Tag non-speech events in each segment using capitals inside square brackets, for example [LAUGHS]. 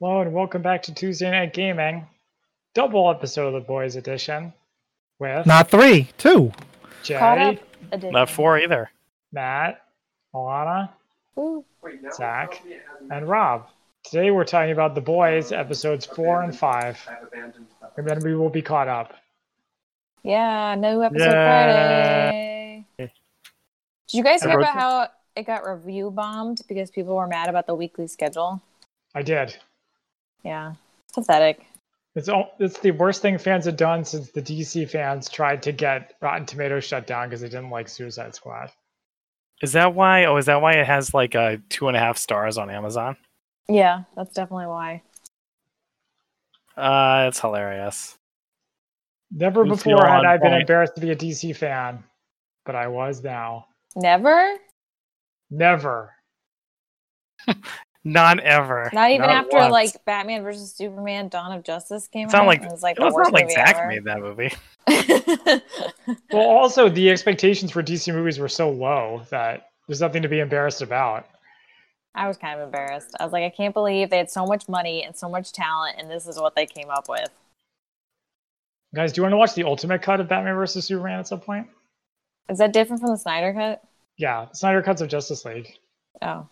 Hello and welcome back to Tuesday Night Gaming, double episode of the Boys Edition with Not three, two. Caught Jerry, up. Addiction. Not four either. Matt, Alana, Ooh, Zach, and Rob. Today we're talking about the Boys episodes four and five, and then we will be caught up. yeah, no episode Yay. Friday. Did you guys I hear wrote about how it got review bombed because people were mad about the weekly schedule? I did. Yeah, it's pathetic. It's all, it's the worst thing fans have done since the DC fans tried to get Rotten Tomatoes shut down because they didn't like Suicide Squad. Is that why? Oh, is that why it has like uh, two and a half stars on Amazon? Yeah, that's definitely why. Uh, it's hilarious. Never Who's before had on I been point? embarrassed to be a DC fan, but I was now. Never? Never. Not ever. Not even Not after once. like Batman versus Superman: Dawn of Justice came It's not out. like- it was like It the was worst not like movie Zach ever. made that movie. Well, also the expectations for DC movies were so low that there's nothing to be embarrassed about. [LAUGHS] I was kind of embarrassed. I was like, I can't believe they had so much money and so much talent, and this is what they came up with. Guys, do you want to watch the ultimate cut of Batman vs Superman at some point? Is that different from the Snyder Cut? Yeah, Snyder cuts of Justice League. Oh,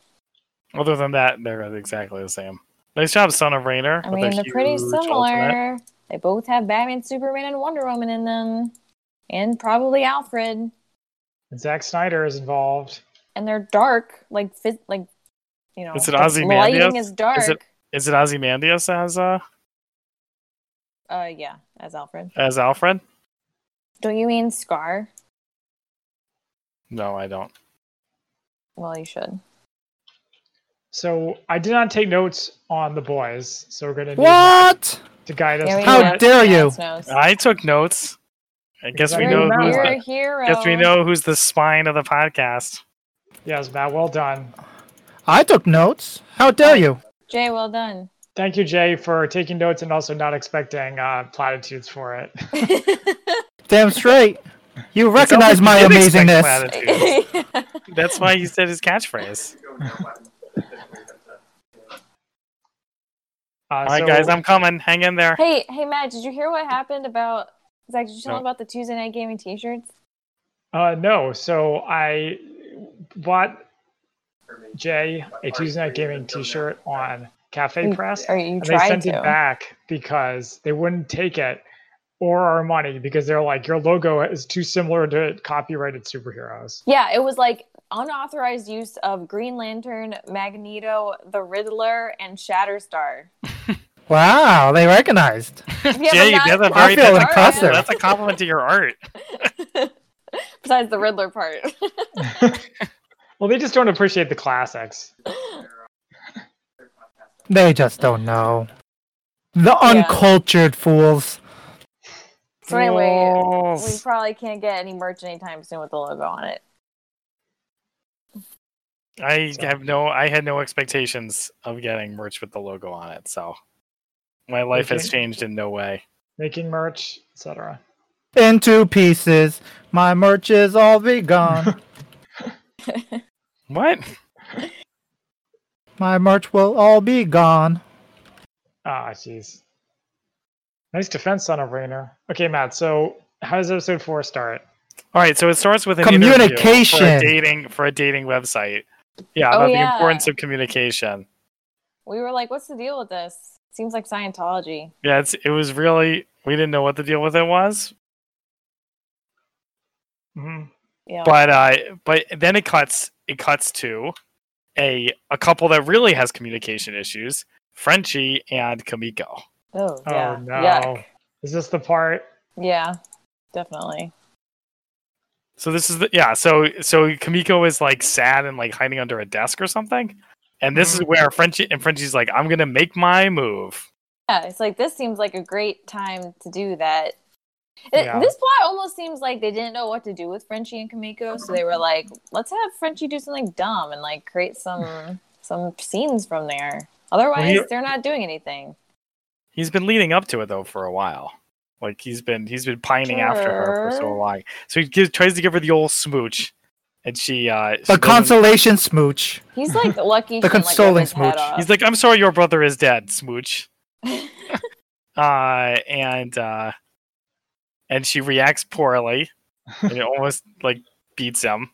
Other than that, they're exactly the same. Nice job, Son of Rainer. I with a mean, they're pretty huge alternate. similar. They both have Batman, Superman, and Wonder Woman in them, and probably Alfred. And Zack Snyder is involved. And they're dark, like phys- like you know, Is it the Ozymandias? lighting is dark. Is it- Is it Ozymandias as uh, Uh, yeah, as Alfred. as Alfred? Don't you mean Scar? No, I don't. Well, you should. So I did not take notes on the boys, so we're gonna need Matt What? to guide us. Yeah, we through How that. know. dare you. Yes, knows. I took notes. I guess we Very know. nice. Who's You're the, a hero. guess we know who's the spine of the podcast. Yes, Matt, well done. I took notes. How dare you? Jay, well done. [LAUGHS] Thank you, Jay, for taking notes and also not expecting uh, platitudes for it. Damn straight. You recognize Sounds my like you did expect amazingness. platitudes. That's why he said his catchphrase. Uh, All right, so- guys, I'm coming. Hang in there. hey, hey, Matt, did you hear what happened about Zach? Did you tell No. him about the Tuesday night gaming T-shirts? Uh, no, so I bought Jay a Tuesday Night Gaming T-shirt on Cafe You- Press, Or you and they Mm, tried sent to? it back because they wouldn't take it or our money because they're like, your logo is too similar to copyrighted superheroes. Yeah, it was like unauthorized use of Green Lantern, Magneto, the Riddler, and Shatterstar. Wow, they recognized. Yeah, but Jay, not- that's a not very feel Shatterstar. that's a impressive. compliment. That's a compliment to your art. Besides the Riddler part. [LAUGHS] Well, they just don't appreciate the classics. They just don't know. The Yeah. uncultured fools. so anyway, we Balls. probably can't get any merch anytime soon with the logo on it. I have no. I had no expectations of getting merch with the logo on it. So my life has Okay. changed in no way. Making merch, etc. In two pieces. My merch is all begun. What? my merch will all be gone. Ah, jeez. Nice defense, son of Rainer. Okay, Matt. So, how does episode four start? All right. So it starts with an interview for Communication. a dating for a dating website. Yeah, Oh, about the yeah. importance of communication. We were like, what's the deal with this? Seems like Scientology. Yeah, it's, it was really. We didn't know what the deal with it was, hmm Yeah. but uh, but then it cuts. It cuts to a a couple that really has communication issues. Frenchie and Kamiko. oh, Oh yeah. no! Yuck. Is this the part? Yeah, definitely. So this is the yeah. So so Kamiko is like sad and like hiding under a desk or something, and this is where Frenchie and Frenchie's like, I'm gonna make my move. Yeah, it's like this seems like a great time to do that. It- Yeah. This plot almost seems like they didn't know what to do with Frenchie and Kamiko, so they were like, "Let's have Frenchie do something dumb and like create some some scenes from there." Otherwise, you- they're not doing anything. He's been leading up to it though for a while. Like he's been he's been pining after her for so Sure. long. So he gives, tries to give her the old smooch, and she uh she The doesn't- consolation smooch. He's like lucky. The he didn't, like, consoling rip his head smooch. off. He's like, I'm sorry, your brother is dead, smooch. uh, and uh, and she reacts poorly, and it almost like beats him.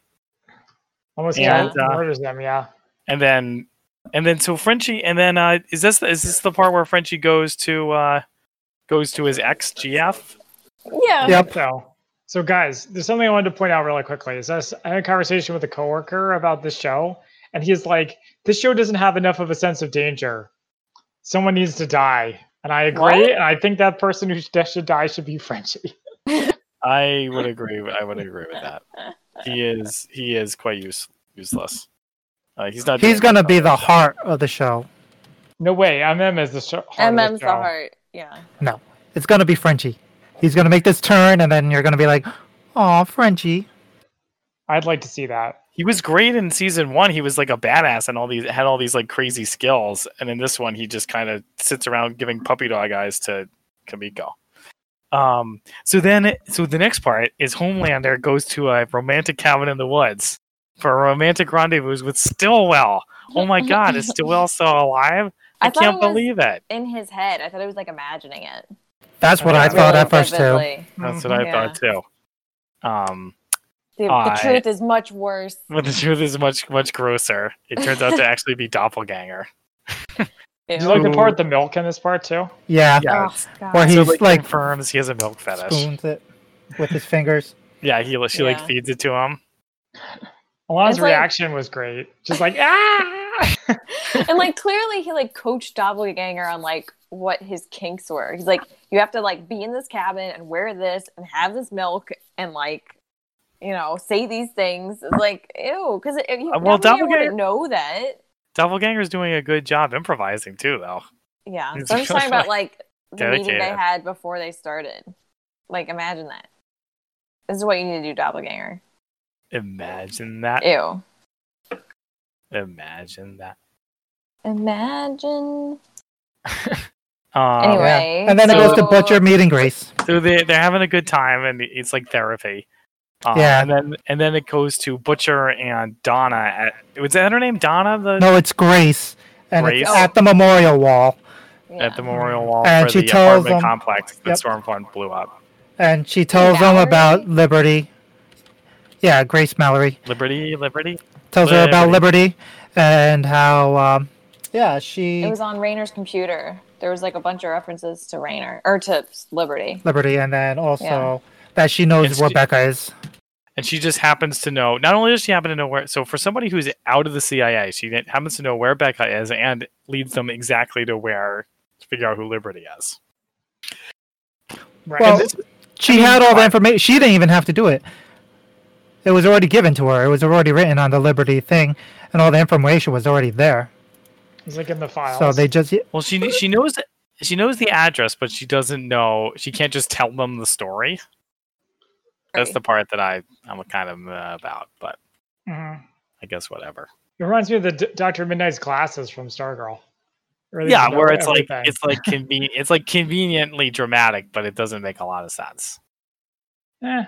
Almost Yeah. yeah. Yeah. murders them. Yeah. And then, and then, so Frenchie, and then uh, is this is this the part where Frenchie goes to uh, goes to his ex GF? [LAUGHS] yeah. Yep. So, so guys, there's something I wanted to point out really quickly. Is us I had a conversation with a coworker about this show, and he's like, "This show doesn't have enough of a sense of danger. Someone needs to die." And I agree, What? and I think that person who [LAUGHS] sh- should die should be Frenchie. I would agree. with- I would agree with that. He is he is quite use, useless. Uh, he's not. He's doing gonna much. be the heart of the show. No way, MM is the sh- heart. of MM's the the show. heart. Yeah. No, it's gonna be Frenchie. He's gonna make this turn, and then you're gonna be like, "Oh, Frenchie." I'd like to see that. He was great in season one. He was like a badass and all these had all these like crazy skills. And in this one, he just kind of sits around giving puppy dog eyes to Kamiko. Um. So then, so the next part is Homelander goes to a romantic cabin in the woods for a romantic rendezvous with Stillwell. Oh my God, is Stillwell still alive? I, [LAUGHS] I thought can't it was- believe it. In his head, I thought he was like imagining it. That's what I Yeah. thought Really at first too. vividly. That's what Mhm. I Yeah. thought too. Um. [LAUGHS] The, the I- truth is much worse. But the truth is much much grosser. It turns out to [LAUGHS] actually be doppelganger. Did you like the Ooh. part with the milk in this part too? Yeah, Yeah. Oh, God. Where he- So He's like, like- confirms he has a milk fetish. spoons it with his fingers. [LAUGHS] Yeah, he she like Yeah. feeds it to him. Alana's It's like- reaction was great. She's like, ah. and like clearly he like coached doppelganger on like what his kinks were he's like you have to like be in this cabin and wear this and have this milk and like you know say these things it's like ew because you Uh, well, Doppelganger- wouldn't know that Doppelganger's doing a good job improvising too, though. yeah It's so i'm just [LAUGHS] talking about like the meeting they dedicated. had before they started like imagine that this is what you need to do doppelganger Imagine that. ew Imagine that. imagine Um, anyway Yeah. And then it goes to so- butcher meat and grease. so they they're having a good time, and it's like therapy. Um, Yeah. and then and then it goes to Butcher and Donna. At, was that her name? Donna the No, it's Grace, and Grace? it's at the memorial wall, yeah. at the memorial wall And for she the tells apartment them- complex that Yep. Stormfront blew up. and she tells them about Mallory? liberty. Yeah, Grace Mallory Liberty, Liberty. tells her about liberty and how, um, yeah, she It was on Rayner's computer. There was like a bunch of references to Rayner or to Liberty. liberty, and then also Yeah. that she knows It's- where Becca is. and she just happens to know. Not only does she happen to know where, so for somebody who's out of the CIA, she ne- happens to know where Becca is and leads them exactly to where to figure out who Liberty is. right. Well, this- she had all the why- information. She didn't even have to do it. It was already given to her. It was already written on the liberty thing, and all the information was already there. He's like in the files. So they just Well, she kn- she knows she knows the address, but she doesn't know. She can't just tell them the story. That's the part that I I'm kind of uh, about, but Mhm. I guess whatever. It reminds me of the D- Doctor Midnight's glasses from Stargirl. Where they Yeah, know where it's like everything. it's like [LAUGHS] conven- it's like conveniently dramatic, but it doesn't make a lot of sense. Eh,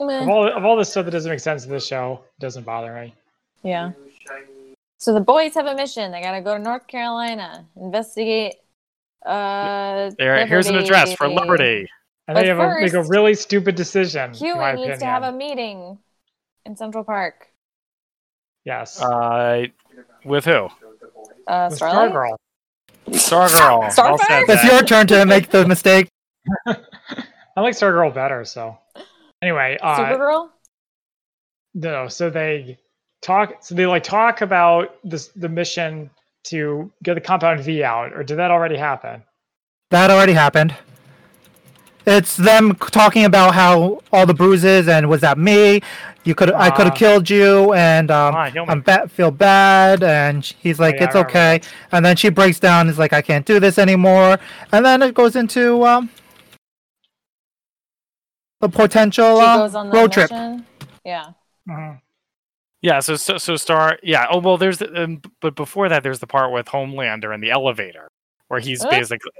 of Meh. all of all the stuff that doesn't make sense in this show, it doesn't bother me. Yeah. So the boys have a mission. They gotta go to North Carolina, investigate. Uh, There, here's an address for Liberty. And But they have a, make a first, really stupid decision. in my Huey needs to opinion. have a meeting in Central Park. yes. Uh, with who? Uh, With Starlight. Stargirl. Stargirl. Starfire? Well said, It's Zach. your turn to make the mistake. I like Stargirl better. So anyway, uh, Supergirl. no. So they talk. So they like talk about this the mission to get the compound V out, or did that already happen? That already happened. It's them c- talking about how all the bruises and was that me? You could I could Ah. have killed you and um, Come on, heal me. I'm ba- feel bad and sh- he's Oh, like yeah, I it's remember okay. And then she breaks down. Is like I can't do this anymore. And then it goes into um, the potential she uh, goes on the road trip. mission. Yeah. Mhm. Yeah, so so, so Star. Yeah. Oh well, there's the, um, b- but before that, there's the part with Homelander in the elevator where he's Huh? basically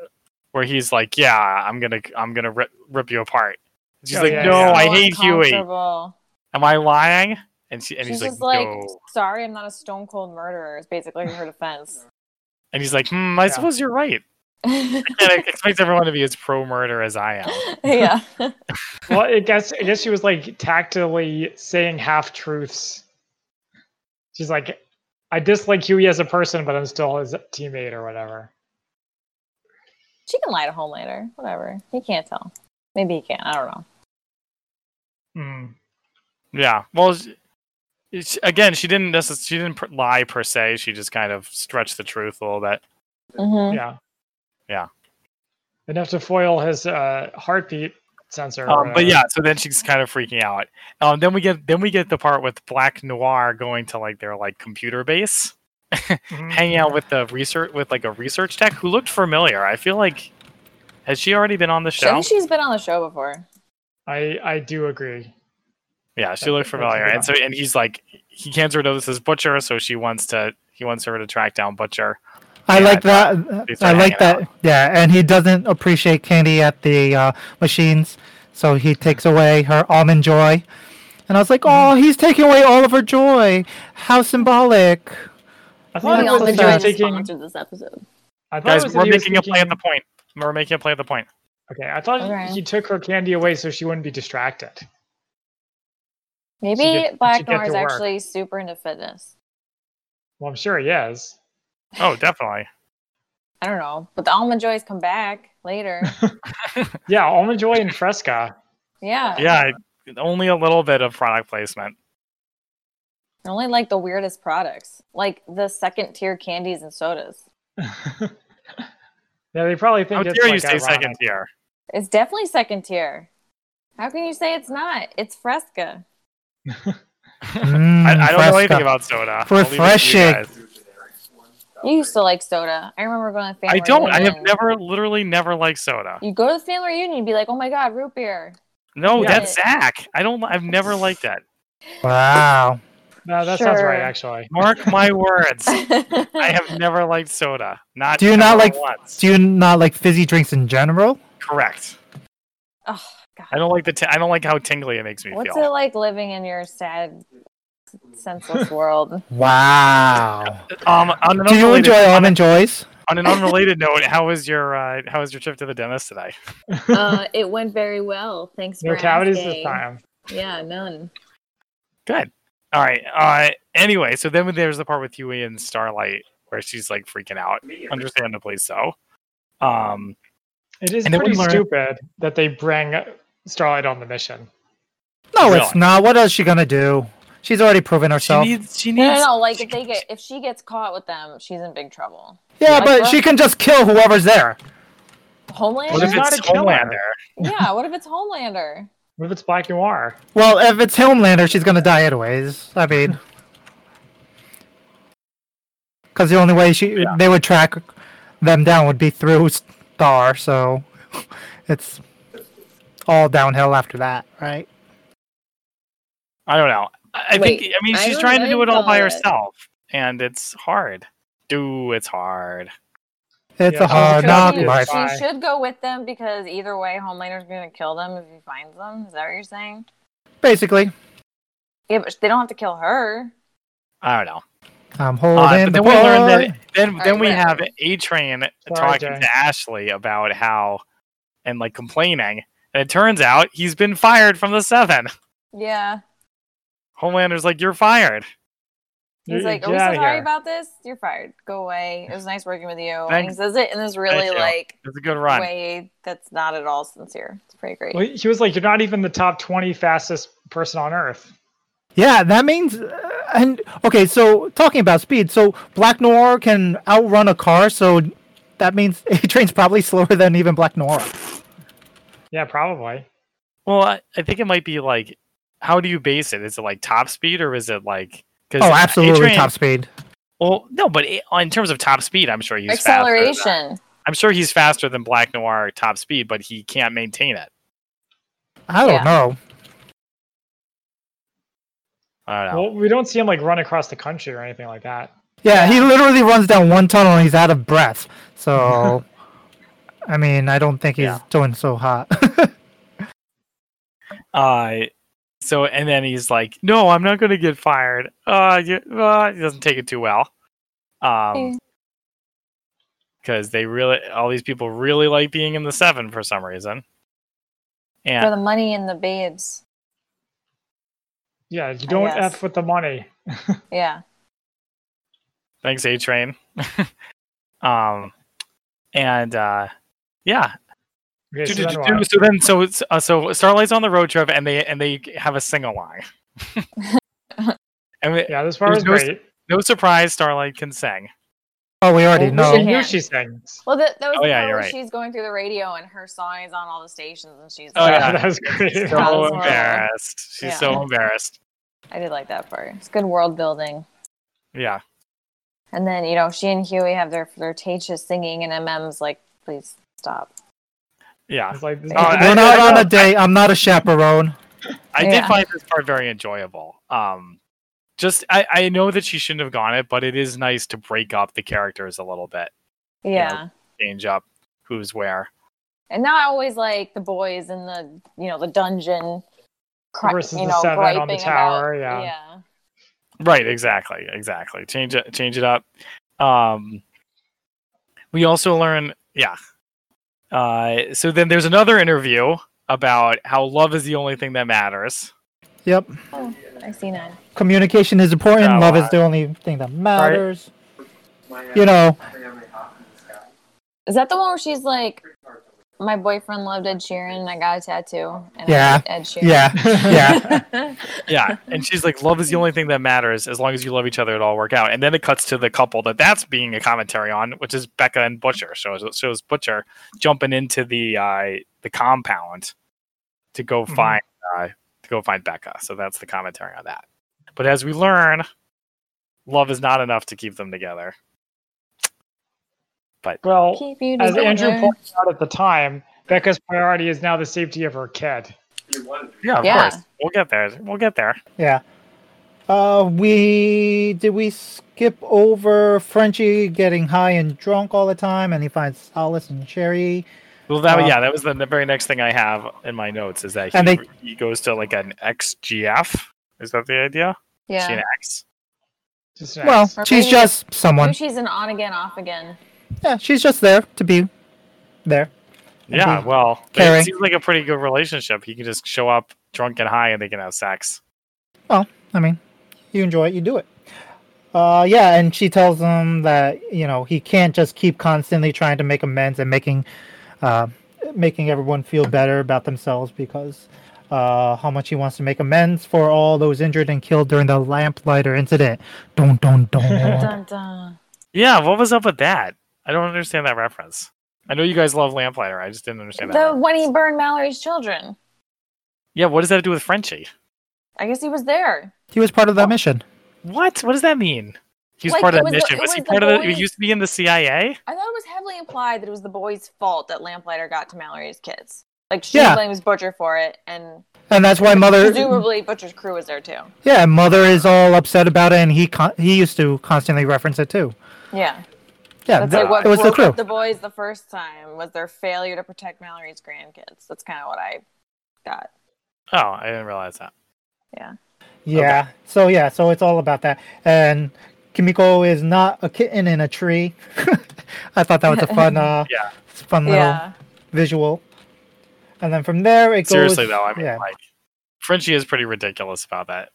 where he's like, "Yeah, I'm gonna I'm gonna rip, rip you apart." She's Oh, like, yeah, "No, yeah. I So hate Huey. uncomfortable. Am I lying?" And and she and She's he's just like, "No." sorry, I'm not a stone cold murderer. Is basically her defense. [LAUGHS] and he's like, hmm, I Yeah. suppose you're right. And I yeah. expect everyone to be as pro murder as I am. [LAUGHS] well, I guess I guess she was like tactily saying half truths. She's like, I dislike Huey as a person, but I'm still his teammate or whatever. She can lie to Homelander. Whatever. He can't tell. Maybe he can. I don't know. Mm. Yeah. Well, she, it's- again, she didn't necess- she didn't pr- lie per se. She just kind of stretched the truth a little bit. Mm-hmm. Yeah. Yeah. Enough to foil his uh, heartbeat sensor. uh, or Um, but whatever. yeah, so then she's kind of freaking out. Um, then we get then we get the part with Black Noir going to like their like computer base, Mhm. hanging out with the research with like a research tech who looked familiar. I feel like has she already been on the I show? think she's been on the show before. I I do agree. yeah, she That's- that's looked familiar, good and so and he's like he can't sort of know this is Butcher, so she wants to he wants her to track down Butcher. I Yeah, like that. they I start like hanging that. Yeah, and he doesn't appreciate candy at the uh, machines, so Mm-hmm. he takes away her almond joy. And I was like, oh, Mm-hmm. he's taking away all of her joy. How symbolic. I thought Well, it we was also that he enjoyed was taking. sponsored this episode. I thought it Guys, was that we're he was making a play at the taking- point. We're making a play at the point. Okay, I thought Okay. he took her candy away so she wouldn't be distracted. Maybe get- she Black get Noir to is work. actually super into fitness. Well, I'm sure he is. Oh, definitely. I don't know, but the almond joys come back later. Yeah, Almond Joy and Fresca. Yeah. Yeah, I- only a little bit of product placement. Only like the weirdest products, like the second tier candies and sodas. [LAUGHS] yeah, they probably think How it's dare you like say ironic. second tier? It's definitely second tier. How can you say it's not? It's Fresca. Mm, [LAUGHS] I, I don't know fresca. anything about soda. I'll leave it to you Refreshing. guys. You used to like soda. I remember going to the family I don't. I have reunion. never, literally, never liked soda. You go to the family reunion, you'd be like, oh my God, root beer. No, Yeah. that's Zach. I don't. I've never [LAUGHS] liked that. Wow. No, that sounds right, Sure. actually. Mark my words. I I [LAUGHS] have never liked soda. Not. Do you not ever like- Once. Do you not like fizzy drinks in general? Correct. oh, God. I don't like the. T- I don't like how tingly it makes me What's it feel. like living in your sad, senseless world? [LAUGHS] Wow. Um. On an Do you unrelated- enjoy almond joys? On an unrelated note, how was your uh, how was your trip to the dentist today? Uh, it went very well. Thanks No cavities this time. Yeah, none. Good. All right. Uh, anyway, so then there's the part with Huey and Starlight where she's like freaking out, understandably so. Um, It is And then we pretty learn- stupid that they bring Starlight on the mission. No, Really? it's not. What else she gonna do? She's already proven she herself. needs. She No, needs. no, no. Like if they get, if she gets caught with them, she's in big trouble. yeah, like but what? she can just kill whoever's there. Homelander. What if She's not it's a killer. Homelander? yeah. What if it's Homelander? What if it's Black Noir? Well, if it's Homelander, she's gonna die anyways. I mean, [LAUGHS] because the only way she Yeah. they would track them down would be through Star. So [LAUGHS] it's all downhill after that, right? I don't know. I, I Wait, think. I mean, I she's don't trying to do like it all by that. herself, and it's hard. Do it's hard. It's Yeah, a she's Oh, hard gonna knock be a life. spy. She should go with them because either way, Homelander's going to kill them if he finds them. Is that what you're saying? Basically, Yeah, but they don't have to kill her. I don't know. I'm Uh, holding but the then we learn that board. then All then right, we wait. have A Train talking Jay. to Ashley about how and like complaining, and it turns out he's been fired from the Seven. Yeah. Homelander's like, "You're fired." You- He's you like, get "Are we outta so sorry here." about this? You're fired. Go away. It was nice working with you." And he Thanks. says it in this really you. like It's a good run. way that's not at all sincere. It's pretty great. Well, he was like, "You're not even the top 20 fastest person on Earth." Yeah, that means. Uh, and okay, so talking about speed, so Black Noir can outrun a car, so that means [LAUGHS] A Train's probably slower than even Black Noir. Yeah, probably. Well, I, I think it might be like, how do you base it? Is it like top speed or is it like? Cause Oh, absolutely A-Train- top speed. Well, no, but it, in terms of top speed, I'm sure he's faster than- Acceleration. I'm sure he's faster than Black Noir at top speed, but he can't maintain it. I Yeah. don't know. I don't know. Well, we don't see him like run across the country or anything like that. Yeah, he literally runs down one tunnel and he's out of breath. So, I mean, I don't think he's Yeah. doing so hot. Uh, So and then he's like, "No, I'm not going to get fired." Uh, you, uh, he doesn't take it too well. Um, because they really, all these people really like being in the seven for some reason. For And the money and the babes. Yeah, you don't guess. f with the money. Yeah. thanks, A Train. [LAUGHS] um, and uh, yeah, Okay, so Do, do, then do, what? do. so then so it's- uh, so starlight's on the road trip and they and they have a sing-along and we- yeah, this part was There's no s- great. no surprise starlight can sing [LAUGHS] Oh, we already Well, She know. knew Yeah. she sings. Well, that, that was Oh, the yeah, part you're where right. she's going through the radio and her song is on all the stations and she's Oh, Yeah, [LAUGHS] yeah. like, that was great. Yeah, so that's horrible. embarrassed she's Yeah. so embarrassed I did like that part. It's good world building. yeah And then, you know, she and Huey have their flirtatious singing and MM's like, please stop. yeah It's like this Oh, is- I- We're not I- on a date. I'm not a chaperone. i did Yeah. find this part very enjoyable um just I, I know that she shouldn't have gone it but it is nice to break up the characters a little bit Yeah. change up who's where And now I always like the boys in the, you know, the dungeon. Cri- Versus you the know, seven on the griping tower, about- yeah. Yeah. Right, exactly, exactly. Change it, change it up. Um, we also learn, yeah. Uh, so then there's another interview about how love is the only thing that matters. Yep. Oh, I see now. Communication is important. Yeah, Love well, is the only thing that matters. You know, Is that the one where she's like, my boyfriend loved Ed Sheeran and I got a tattoo? And I Yeah. liked Ed Sheeran. yeah, [LAUGHS] yeah. Yeah, and she's like, "Love is the only thing that matters. As long as you love each other, it'll all work out." And then it cuts to the couple that that's being a commentary on, which is Becca and Butcher. So it shows Butcher jumping into the uh, the compound to go Mm-hmm. Mhm. find uh, to go find Becca. So that's the commentary on that. But as we learn, love is not enough to keep them together. Well, Keep you as together. Andrew pointed out at the time, Becca's priority is now the safety of her kid. Yeah, of Yeah. course, we'll get there. We'll get there. Yeah. Uh, we did we skip over Frenchie getting high and drunk all the time, and he finds solace in Sherry. Well, that Uh, yeah, that was the, the very next thing I have in my notes is that he, And they- he goes to like an XGF. Is that the idea? She Yeah. an X. Just an Well, ex. Or she's maybe- just someone. Maybe she's an on again, off again. Yeah, she's just there to be there. And Yeah, be- well, caring. it seems like a pretty good relationship. He can just show up drunk and high, and they can have sex. I mean, you enjoy it, you do it. Uh, yeah, and she tells him that you know he can't just keep constantly trying to make amends and making, uh, making everyone feel better about themselves because uh, how much he wants to make amends for all those injured and killed during the lamplighter incident. Don't, [LAUGHS] don't, don't. Dun, dun. Yeah, what was up with that? I don't understand that reference. I know you guys love Lamplighter. I just didn't understand that. The reference. when he burned Mallory's children. Yeah, what does that do with Frenchie? I guess he was there. he was part of that mission. What? What does that mean? He's Like, part it of that was the- mission. it Was, he was the part of the? He boys- used to be in the CIA. I thought it was heavily implied that it was the boy's fault that Lamplighter got to Mallory's kids. Like she Yeah. blames Butcher for it, and And that's why mother, presumably Butcher's crew was there too. yeah, mother is all upset about it, and he con- he used to constantly reference it too. Yeah, Yeah, that's th- like what it was the broke crew. up the boys the first time was their failure to protect Mallory's grandkids. That's kind of what I got. Oh, I didn't realize that. Yeah. So yeah. So it's all about that. And Kimiko is not a kitten in a tree. [LAUGHS] I thought that was [LAUGHS] a fun, uh, Yeah. fun little Yeah, visual. And then from there it Seriously goes. though, I mean, yeah. like, Frenchie is pretty ridiculous about that.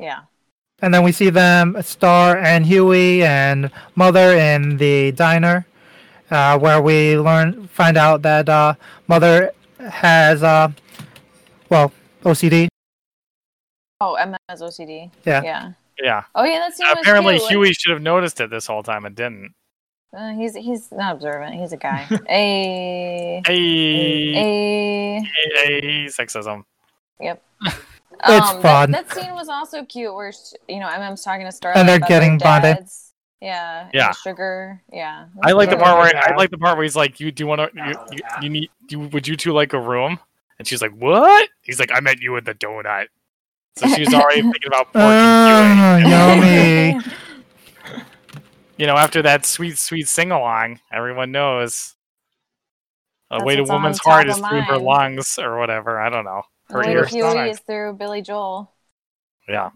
yeah. And then we see them, Star and Huey and Mother in the diner, uh, where we learn find out that uh, Mother has, uh, well, OCD. Oh, Emma has OCD. Yeah. yeah. Yeah. Oh yeah, that's Apparently, Huey. Huey should have noticed it this whole time and didn't. Uh, he's he's not observant. He's a [LAUGHS] guy. a Hey, a. hey, sexism. It's um, that- fun. That, scene was also cute, where sh you know MM's talking to Starlight, And they're about their getting bonded. dads. Yeah. and Yeah. Sugar. Yeah. I like the Yeah. part where I Yeah. like the part where he's like, "You do you want to? You, you, you need? You, would you two like a room?" And she's like, "What?" He's like, "I met you at the donut." So she's already thinking about porking [LAUGHS] Oh, Huey. [LAUGHS] yummy. You know, after that sweet, sweet sing along, everyone knows. A That's way to what's on woman's top heart is of through her mine. lungs, or whatever. I don't know. Hurt Only your the Fury stomach. is through Billy Joel. Yeah.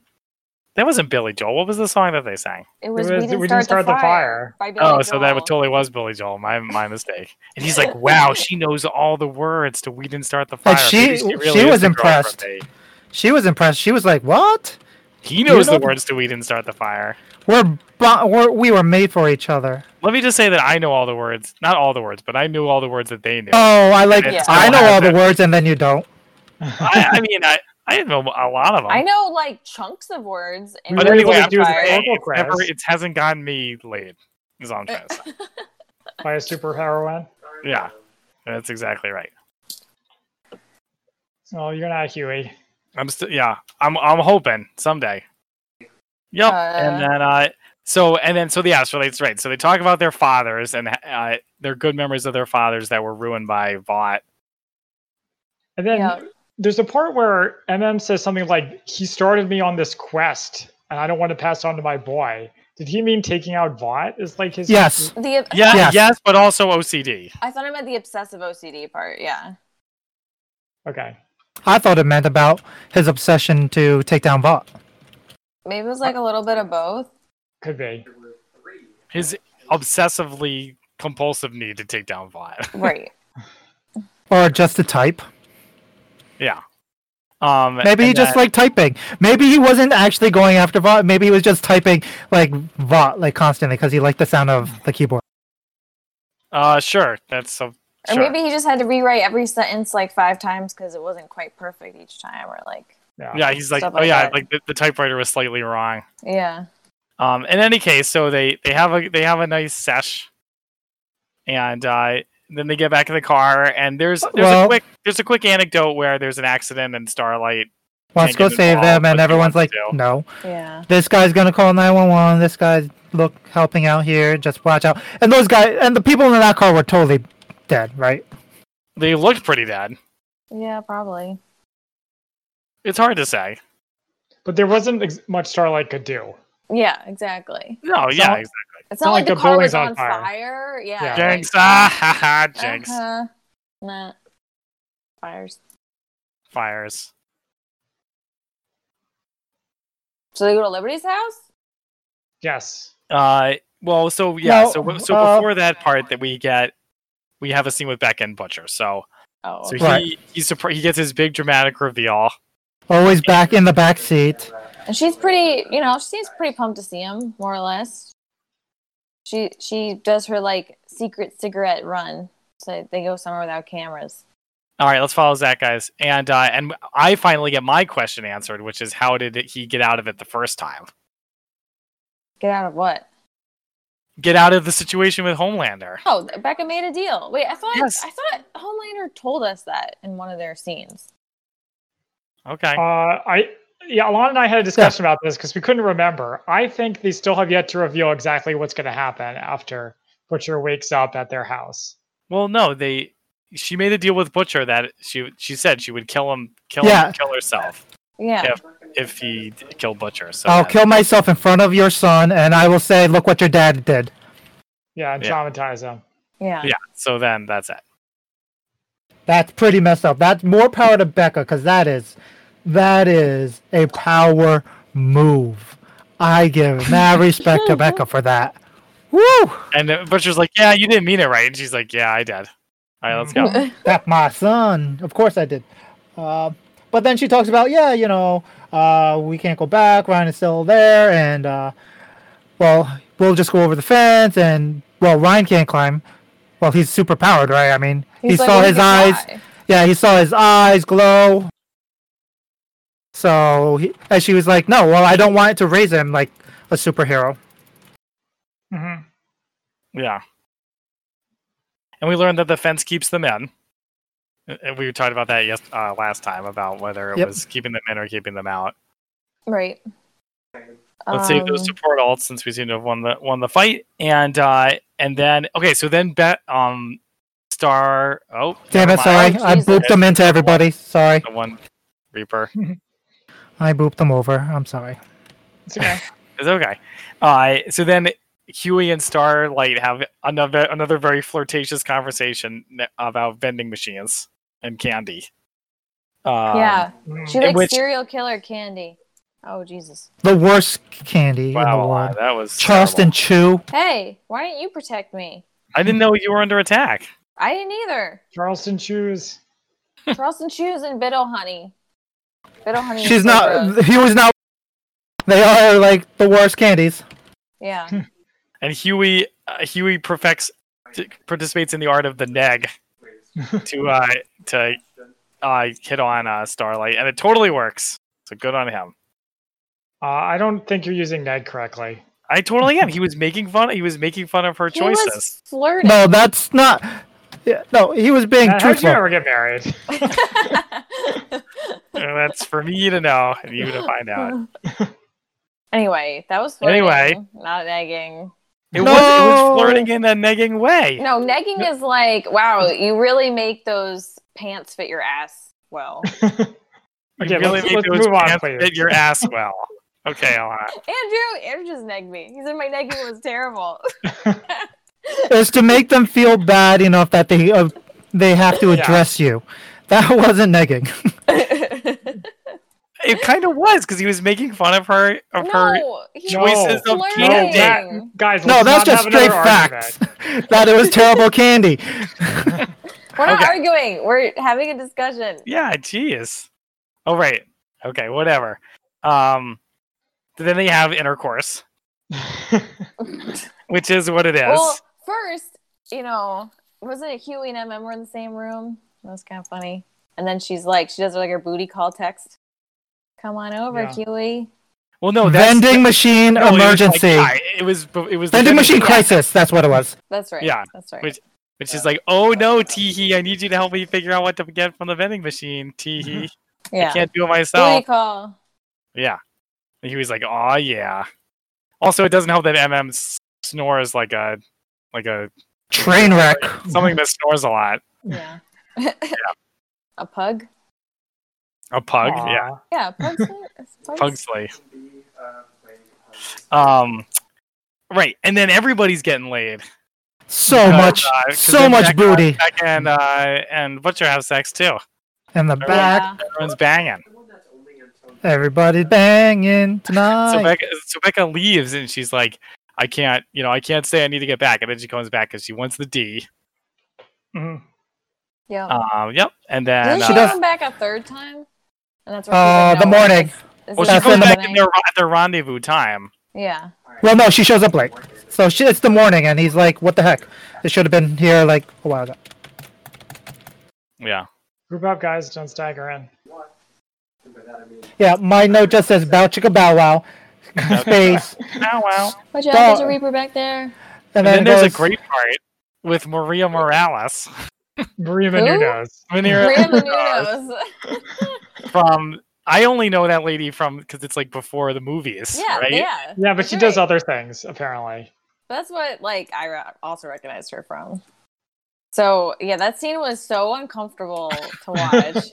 That wasn't Billy Joel. What was the song that they sang? It was, we, didn't start the, fire. by Billy oh, so that Joel. totally was Billy Joel. My my mistake. And he's like, "Wow, she knows all the words to We Didn't Start the Fire." Like, she- Maybe she is the was girl from impressed. They- She was impressed. She was like, "What? He knows know- the words to We Didn't Start the Fire. We're, bo- we're we were made for each other." Let me just say that I know all the words. Not all the words, but I knew all the words that they knew. [LAUGHS] Oh, I like. Yeah. I know all the Yeah. words, and then you don't. I, I mean, I, I know a lot of them. I know like chunks of words. in But But Billy Really, anyway, what Joel's I'm it do is just fire. saying, it's Uncle never- Chris. it hasn't gotten me laid. Is all I'm trying to [LAUGHS] say. by a superheroine. Yeah, that's exactly right. So you're not Huey. I'm still, yeah, I'm, I'm hoping someday. Yep. and Uh. then, uh, so, and then, so yeah, so that's right. So they talk about their fathers and uh, their good memories of their fathers that were ruined by Vought. And then Yeah. there's a part where MM says something like, "He started me on this quest, and I don't want to pass on to my boy." Did he mean taking out Vought? Is like his Yes. The Yeah, Yes. yes. but also OCD. I thought I meant the obsessive OCD part. Yeah. Okay. I thought it meant about his obsession to take down Vought. Maybe it was like a little bit of both. Could be. His obsessively compulsive need to take down Vought. Right. Or just to type. yeah. [LAUGHS] Um, Maybe he and just then- like typing. Maybe he wasn't actually going after Vought. Maybe he was just typing like Vought like constantly because he liked the sound of the keyboard. Uh, sure. That's so. Or sure. maybe he just had to rewrite every sentence like five times because it wasn't quite perfect each time, or like, Yeah. Yeah, he's like, Stuff oh like yeah, that. like the, the typewriter was slightly wrong. yeah, Um, in any case, so they they have a they have a nice sesh, and uh, then they get back in the car, and there's there's Well- a quick there's a quick anecdote where there's an accident and Starlight. Wants to go Can't get save involved, them, and but he everyone's like, wants to. no. yeah. This guy's gonna call nine one one. This guy's look helping out here. Just watch out. And those guys and the people in that car were totally dead, right? They looked pretty dead. Yeah, probably. It's hard to say. But there wasn't ex- much Starlight could do. Yeah, exactly. No, yeah, exactly. It's not, Not like, like the a car was building's on, on fire. fire. Yeah. Yeah. like- Jinx, [LAUGHS] ah, ha, ha, jinx, Uh-huh. Nah. Fires. fires. So they go to Liberty's house. Yes. Uh, well, so yeah, Well, so so uh, before that part that we get, we have a scene with Beck and Butcher. So Oh, so okay. he Right. he's surpri- he gets his big dramatic reveal. Always back in the back seat. and she's pretty. You know, she seems pretty pumped to see him, more or less. She she does her like secret cigarette run. So they go somewhere without cameras. All right, let's follow Zach, guys. And uh, and I finally get my question answered, which is how did he get out of it the first time? Get out of what? Get out of the situation with Homelander. Oh, Becca made a deal. Wait, I thought Yes. I thought Homelander told us that in one of their scenes. Okay. Uh, I yeah, Alon and I had a discussion about this because we couldn't remember. I think they still have yet to reveal exactly what's going to happen after Butcher wakes up at their house. Well, no, they she made a deal with Butcher that she she said she would kill him, kill Yeah. him, kill herself Yeah. Yeah. if he d- killed Butcher. So I'll that- Oh, kill myself in front of your son, and I will say, look what your dad did. Yeah, and Yeah. traumatize him. Yeah. yeah. So then that's it. That's pretty messed up. That's more power to Becca because that is, that is a power move. I give mad respect to Becca for that. Woo! And uh, Butcher's like, "Yeah, you didn't mean it, right?" And she's like, "Yeah, I did." All right, let's go. [LAUGHS] That's my son. Of course I did. Uh, but then she talks about, yeah, you know, uh, we can't go back. Ryan is still there, and uh, well, we'll just go over the fence. And well, Ryan can't climb. Well, he's super powered, right? I mean, he like, saw "Well, his can eyes. die." Yeah, he saw his eyes glow. So, he, and she was like, "No, well, I don't want to raise him like a superhero." Mm-hmm. Yeah. And we learned that the fence keeps them in. And- And we talked about that yes uh, last time about whether it Yep. was keeping them in or keeping them out. Right. Um, Let's see Um. those support alts since we seem to have won the won the fight. And uh and then okay, so then bet um star oh Damn never it! mind. Sorry, I Jesus. booped him into everybody. Sorry, the one Reaper. I booped him over. I'm sorry. It's okay. It's okay. Uh so then Huey and Starlight have another another very flirtatious conversation about vending machines and candy. Um, yeah, Mm-hmm. she likes which- serial killer candy. Oh Jesus! The worst candy in the Wow, world. that was Charleston terrible. Chew. Hey, why didn't you protect me? I didn't know you were under attack. I didn't either. Charleston shoes. Charleston shoes and Biddle honey. Biddle honey. is She's so not. gross. He was not. They are like the worst candies. [LAUGHS] Yeah. And Huey uh, Huey perfects t- participates in the art of the [LAUGHS] neg to uh to uh hit on uh, Starlight, and it totally works. So good on him. Uh, I don't think you're using Ned correctly. I totally am. He was making fun. He was making fun of her He choices. was flirting. No, that's not. Yeah, no, he was being Ned, how'd you truthful. ever get married? [LAUGHS] And that's for me to know and you to [LAUGHS] find out. anyway, that was flirting. Anyway. Not nagging. It, was, it No! was flirting in a negging way. No, nagging is like, wow, you really make those pants fit your ass [LAUGHS] well. You Okay, really let's- made let's those move on, pants please. fit your ass [LAUGHS] well. Okay, Alana. Andrew, Andrew just nagged me. He said my nagging was [LAUGHS] terrible. Is to make them feel bad enough that they uh, they have to Yeah. address you. That [LAUGHS] wasn't negging. It kind of was because he was making fun of her of her no, he No. choices of Flirting. no, candy. that, Dang. guys, No, let's not that's just have another straight argument. facts. [LAUGHS] that it was terrible candy. We're not Okay. arguing. We're having a [LAUGHS] discussion. Yeah, geez. Oh right. Okay, whatever. Um, then they have intercourse, which is what it is. Well, first, you know, wasn't it Huey and Em were in the same room? That was kind of funny. And then she's like, she does like her booty call text. Come on over, Yeah. Huey. Well, [LAUGHS] no, that's vending machine no, it was like, emergency. I- It was bu- it was the vending machine yeah, crisis. That's what it was. That's right. Yeah. That's right. Which- Which is like, oh no, Teehee, I need you to help me figure out what to get from the vending machine. Teehee, I yeah. can't do it myself. Booty call. Yeah. And he was like, "Oh yeah." Also, it doesn't help that MM s- snores like a like a Train wreck. something that snores a lot. Yeah. [LAUGHS] A pug? A pug, yeah, [LAUGHS] Aw. [LAUGHS] Yeah, pugs. pugs. pugsley. Um, right, and then everybody's getting laid. So much, Uh, 'cause so then much Jack booty Jack and uh, and Butcher have sex too. in the back. Yeah. Everyone's banging. Everybody banging tonight. So Becca, so Becca leaves, and she's like, "I can't, you know, I can't stay. I need to get back." And then she comes back because she wants the D. Mhm. Yeah. Um, yep. And Didn't then she She uh, does- come back a third time? And that's Uh, she's the no, morning. this- this well, is she That's not comes when back happening. in their at their rendezvous time. Yeah. well, no, she shows up late. So she, it's the morning, and he's like, "What the heck? It should have been here like a while ago." Yeah. Group up, guys. Don't stagger in. Yeah, my note just says "bow chicka bow wow," [LAUGHS] space, Wow, wow. Watch out, Well- there's a Reaper back there. and And then, then there's a goes- great part with Maria Morales. [LAUGHS] Maria Who? Menounos. Maria Maria Menounos Menounos. from I only know that lady from because it's like before the movies, [LAUGHS] yeah, right? yeah. Yeah, but That's she does right. other things apparently. That's what like I re- also recognized her from. So yeah, that scene was so uncomfortable [LAUGHS] to watch.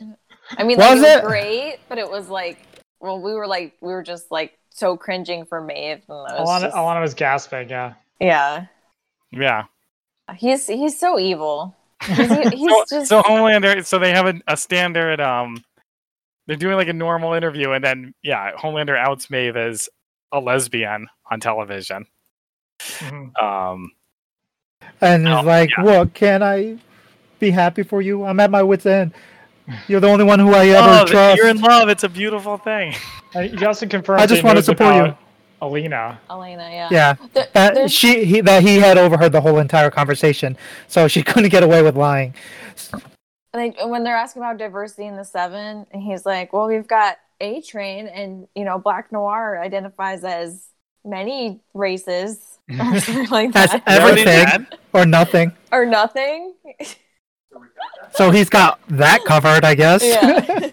I mean, like, it Was was it? great, but it was like, well, we were like, we were just like so cringing for Maeve. And that was Alana, just- Alana was gasping. Yeah, Yeah, Yeah. he's he's so evil. [LAUGHS] He's, he's So, just so Homelander, so they have a, a standard. Um, they're doing like a normal interview, and then yeah, Homelander outs Maeve as a lesbian on television. Mhm. Um, and Oh, he's like, yeah. "What can I be happy for you? I'm at my wit's end. You're the only one who I ever love, trust." Oh, you're in love. It's a beautiful thing. And Uh, you also confirmed. I just they want to knows support you. about Alina. Elena. Yeah, Yeah, Uh, There- that there's- she he, that he had overheard the whole entire conversation, so she [LAUGHS] couldn't get away with lying. And they, when they're asking about diversity in the seven, and he's like, "Well, we've got A Train, and you know, Black Noir identifies as many [LAUGHS] races, [LAUGHS] or something like That's that, Really [LAUGHS] everything bad. or nothing. or nothing." [LAUGHS] So he's got that covered, I guess. yeah,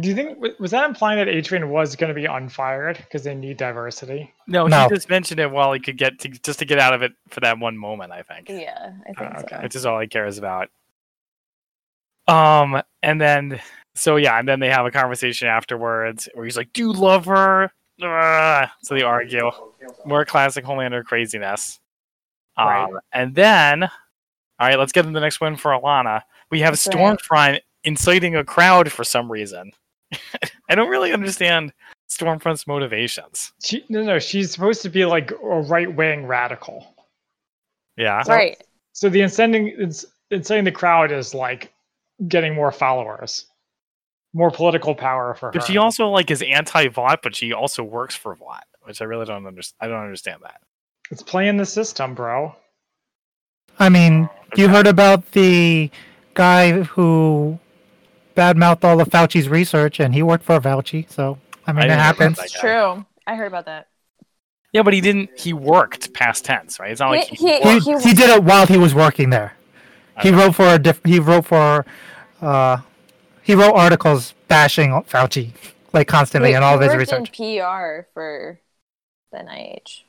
Do you think wa- was that implying that Adrian was going to be unfired because they need diversity? No, No. he just mentioned it while he could get to, just to get out of it for that one moment. I think. yeah, I think Uh, so. Which is all he cares about. Um, and then so yeah, and then they have a conversation afterwards where he's like, "Do you love her?" Ah, So they argue. More classic Homelander craziness. Um, Right. and then, all right, let's get to the next one for Alana. We have That's right. Stormfront inciting a crowd for some reason. [LAUGHS] I don't really understand Stormfront's motivations. She, no, no, she's supposed to be like a right wing radical. Yeah. right. So the inciting, inc- inciting the crowd is like getting more followers, more political power for her. But she also like is anti Vought, but she also works for Vought, which I really don't understand. I don't understand that. it's playing the system, bro. I mean, you heard about the guy who badmouthed all of Fauci's research, and he worked for Fauci. So I mean, I it didn't know happens. that It's guy. true. I heard about that. Yeah, but he didn't. He worked past tense, right? It's not like He- he, he- He, worked. He- he did it while he was working there. He wrote for a diff- he wrote for uh, he wrote articles bashing Fauci like constantly Wait, in all he of his worked research. In PR for the NIH.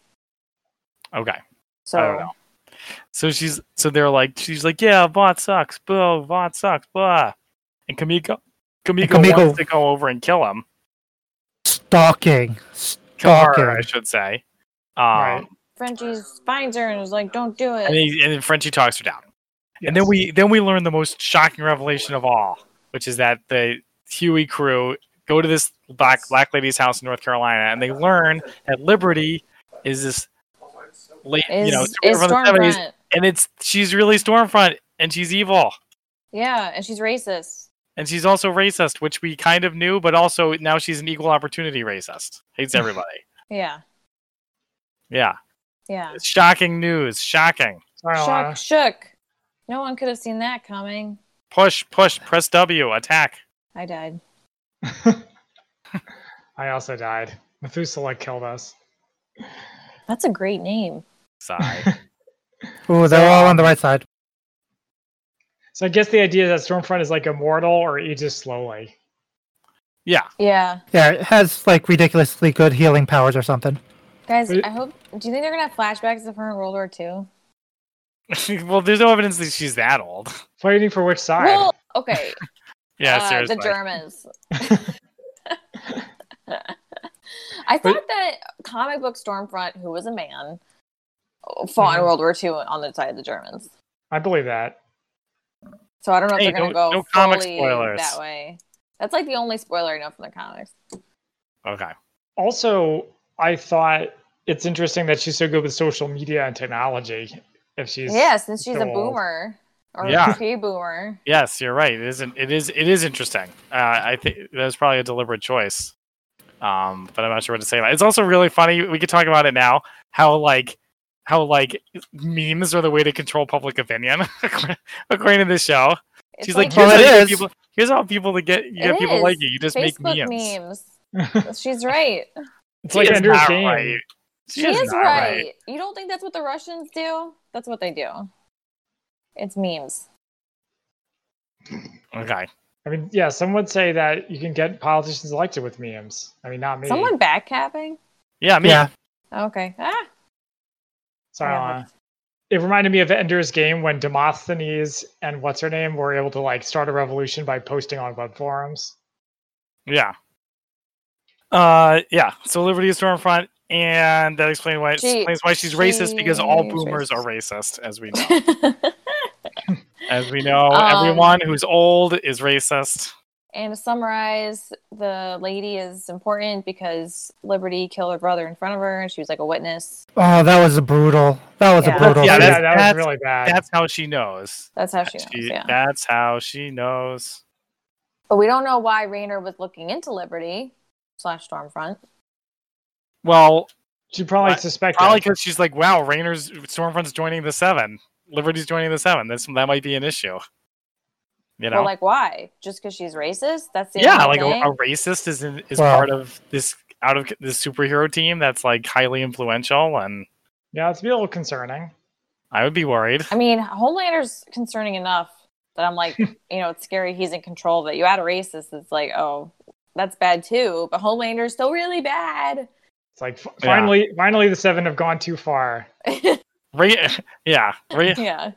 Okay, So I don't know. So she's so they're like she's like yeah, Vought sucks, boo, Vought sucks, blah, and Kamiko. Kamiko, Kamiko- wants to go over and kill him. Stalking, Kill her, stalking. I should say. Um, Right. Frenchie's finds her and is like, "Don't do it." and, he, and then Frenchie talks her down. And then Yes. we then we learn the most shocking revelation of all, which is that the Huey crew go to this black black lady's house in North Carolina, and they learn that Liberty is this late, is you know, is from the seventies, Stormfront? and it's she's really Stormfront, and she's evil, Yeah, and she's racist. and she's also racist, which we kind of knew, but also now she's an equal opportunity racist, [LAUGHS] hates everybody. Yeah, yeah, yeah. shocking news, shocking. Sorry, Alana. Shook, shook. No one could have seen that coming. Push, push, press W, attack. I died. I also died. Methuselah killed us. That's a great name. Sigh. Ooh, they're all on the right side. So I guess the idea is that Stormfront is like immortal or ages slowly. yeah, Yeah, Yeah, it has like ridiculously good healing powers or something. guys. But- I hope. Do you think they're gonna have flashbacks of her in World War II? well, there's no evidence that she's that old. [LAUGHS] Fighting for which side? Well, okay. [LAUGHS] Yeah, uh, seriously. The [LAUGHS] Germans. I thought that comic book Stormfront, who was a man, fought in Mhm. World War II on the side of the Germans. I believe that. So I don't know if Hey, they're going to no- go no comic fully spoilers. that way. That's like the only spoiler I know from the comics. Okay. Also, I thought it's interesting that she's so good with social media and technology. If she's yeah, since she's a still old. boomer or Yeah. [LAUGHS] a pre-boomer. Yes, you're right. It isn't. It is. It is interesting. Uh, I think that was probably a deliberate choice. Um, but I'm not sure what to say about. It. It's also really funny. We could talk about it now. How like how like memes are the way to control public opinion, [LAUGHS] according to this show. It's She's like, Well, here's, it how you is. get people, here's how people to get you get It people like is. you. You just make Facebook memes. memes. [LAUGHS] she's right. it's She like is Ender's not Game. right. [LAUGHS] She, She, is, not right. You don't think that's what the Russians do? That's what they do. It's memes. Okay. I mean, yeah, some would say that you can get politicians elected with memes. I mean, not me. Someone backcapping? Yeah. Me. Yeah, Okay. Ah. Sorry, Yeah. Alana. uh, It reminded me of Ender's Game when Demosthenes and what's her name were able to like start a revolution by posting on web forums. Yeah. Uh, yeah. So Liberty is Stormfront, and that explains why She- explains why she's racist because all she's boomers racist. are racist, as we know. as we know, [LAUGHS] Um, everyone who's old is racist. [LAUGHS] and to summarize, the lady is important because Liberty killed her brother in front of her and she was like a witness. Oh, that was a brutal. Oh, That was Yeah. a brutal. Yeah, scene. that's- that that's- was really bad. That's how she knows. That's how she knows. She- yeah. That's how she knows. But we don't know why Rayner was looking into Liberty slash Stormfront. Well, she probably What? suspected. probably because she's like, "Wow, Rainer's Stormfront's joining the Seven. Liberty's joining the Seven. That's that might be an issue." You know, Well, like why? Just because she's racist? That's the yeah, only like a, thing? a racist is in, is Well- part of this out of this superhero team that's like highly influential, and yeah, it's a little concerning. I would be worried. I mean, Homelander's concerning enough that [LAUGHS] I'm like, you know, it's scary he's in control. But you add a racist, it's like, oh, that's bad too. But Homelander's still really bad. It's like f- Yeah. finally, finally, the seven have gone too far. Ra- [LAUGHS] yeah, ra-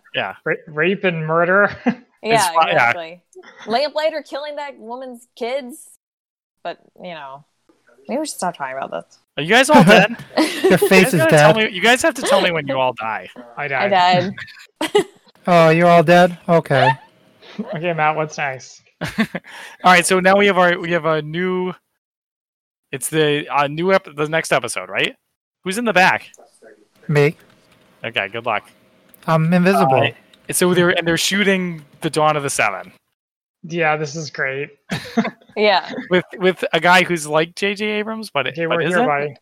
yeah. Ra- rape and murder. [LAUGHS] Yeah, fi- yeah. exactly. Lamplighter killing that woman's kids. But, you know, maybe we should stop talking about are you [LAUGHS] guys all dead? Your [LAUGHS] this. You face guys is gotta tell dead. me- you guys have to tell me when you all die. I I died. died. Oh, you're all dead. Okay. Okay, Matt, what's next? All right, so now we have our we have a new. It's the uh, new ep- the next episode, right? Who's in the back? Me. Okay, good luck. I'm invisible. Uh, so they're and they're shooting the Dawn of the Seven Yeah, this is great. Yeah. with with a guy who's like J.J. Abrams, but, Okay, but we're isn't. here, buddy.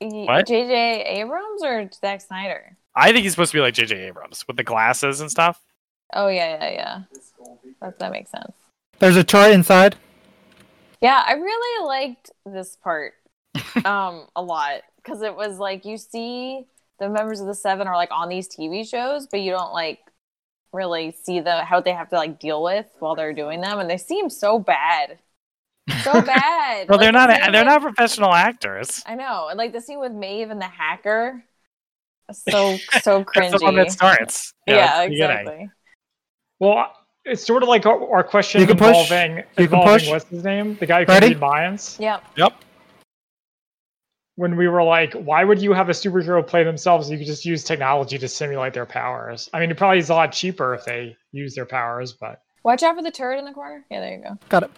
Y- What? J.J. Abrams or Zack Snyder? I think he's supposed to be like J.J. Abrams with the glasses and stuff. Oh yeah, yeah, yeah. That that makes sense. There's a toy inside. Yeah, I really liked this [LAUGHS] part um a lot because it was like you see the members of the Seven are like on these TV shows, but you don't like really see the how they have to like deal with while they're doing them, and they seem so bad, [LAUGHS] so bad. Well, they're not Like, the scene they're not with- [LAUGHS] professional actors. I know, and like the scene with Maeve and the hacker, [LAUGHS] so so cringy. That's the one that starts. yeah, that's the beginning. exactly. Well, it's sort of like our, our question You can push. involving, can involving push. what's his name, the guy who Freddy? created Mayans. Yep. When we were like, why would you have a superhero play themselves? You could just use technology to simulate their powers. I mean, it probably is a lot cheaper if they use their powers, but Watch out for the turret in the corner. Yeah, there you go. Got it.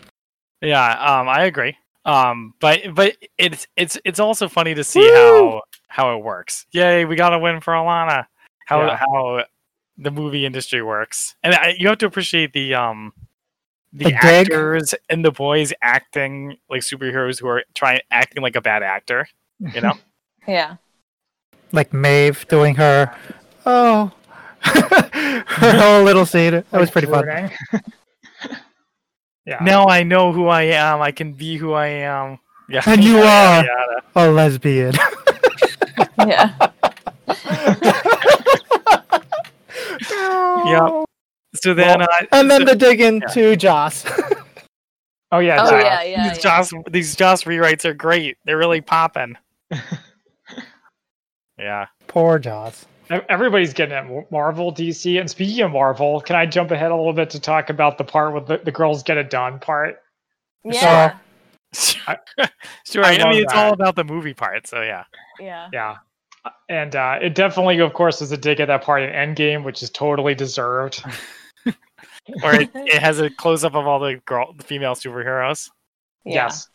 Yeah, um, I agree. Um, but but it's it's it's also funny to see how how it works. Yay, we got a win for Alana. How Yeah. how the movie industry works, and I, you have to appreciate the um the, The dig? actors and the boys acting like superheroes who are trying acting like a bad actor. You know, Yeah. [LAUGHS] Like Maeve doing her, oh, [LAUGHS] her whole little scene. That was like, pretty fun. ruining. [LAUGHS] yeah. now I know who I am. I can be who I am. Yeah, And you are Yeah, a lesbian. Yeah. yeah. [LAUGHS] So then, uh, And then so- the dig into Joss. [LAUGHS] Oh yeah. Oh Josh. yeah, yeah. these yeah. Joss these Joss rewrites are great. They're really popping. [LAUGHS] yeah. Poor Joss. Ev- E-, Everybody's getting it. Marvel, DC, and speaking of Marvel, can I jump ahead a little bit to talk about the part with the, the girls get it done part? Yeah. [LAUGHS] sure. I- I, I mean, love it's all that. about the movie part. So yeah. Yeah. Yeah. And uh, it definitely, of course, is a dig at that part in Endgame, which is totally deserved. Or [LAUGHS] it, it has a close up of all the girl, the female superheroes. Yeah. Yes.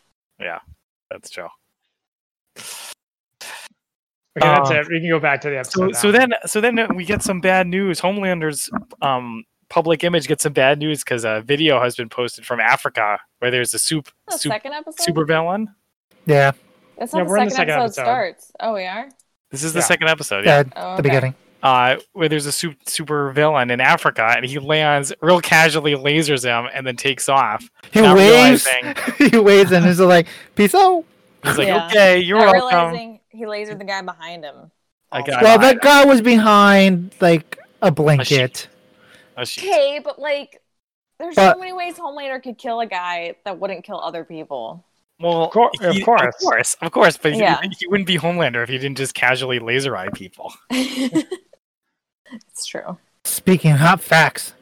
That's true. Okay, that's Um, it. We can go back to the So episode. so now. then so then we get some bad news. Homelander's um public image gets some bad news because a video has been posted from Africa where there's a soup The soup second episode. super villain. Yeah, That's Yeah, how we're in the, second episode, starts. Oh, we are. This is the Yeah. second episode. yeah, Oh, the okay. beginning. uh, where there's a su- super villain in Africa, and he lands real casually, lasers him, and then takes off. He not waves. realizing, [LAUGHS] he waves and is like, peace out. he's like, [LAUGHS] Yeah. "Okay, you're Not welcome." realizing he lasered the guy behind him. I Also. got well, behind that guy was behind like a blanket. Oh, shit. Okay, but like, there's But- so many ways Homelander could kill a guy that wouldn't kill other people. [LAUGHS] Well, cour- he- of course. of course, of course, but he- Yeah. he, wouldn't be Homelander if he didn't just casually laser eye people. [LAUGHS] it's true. Speaking hot facts.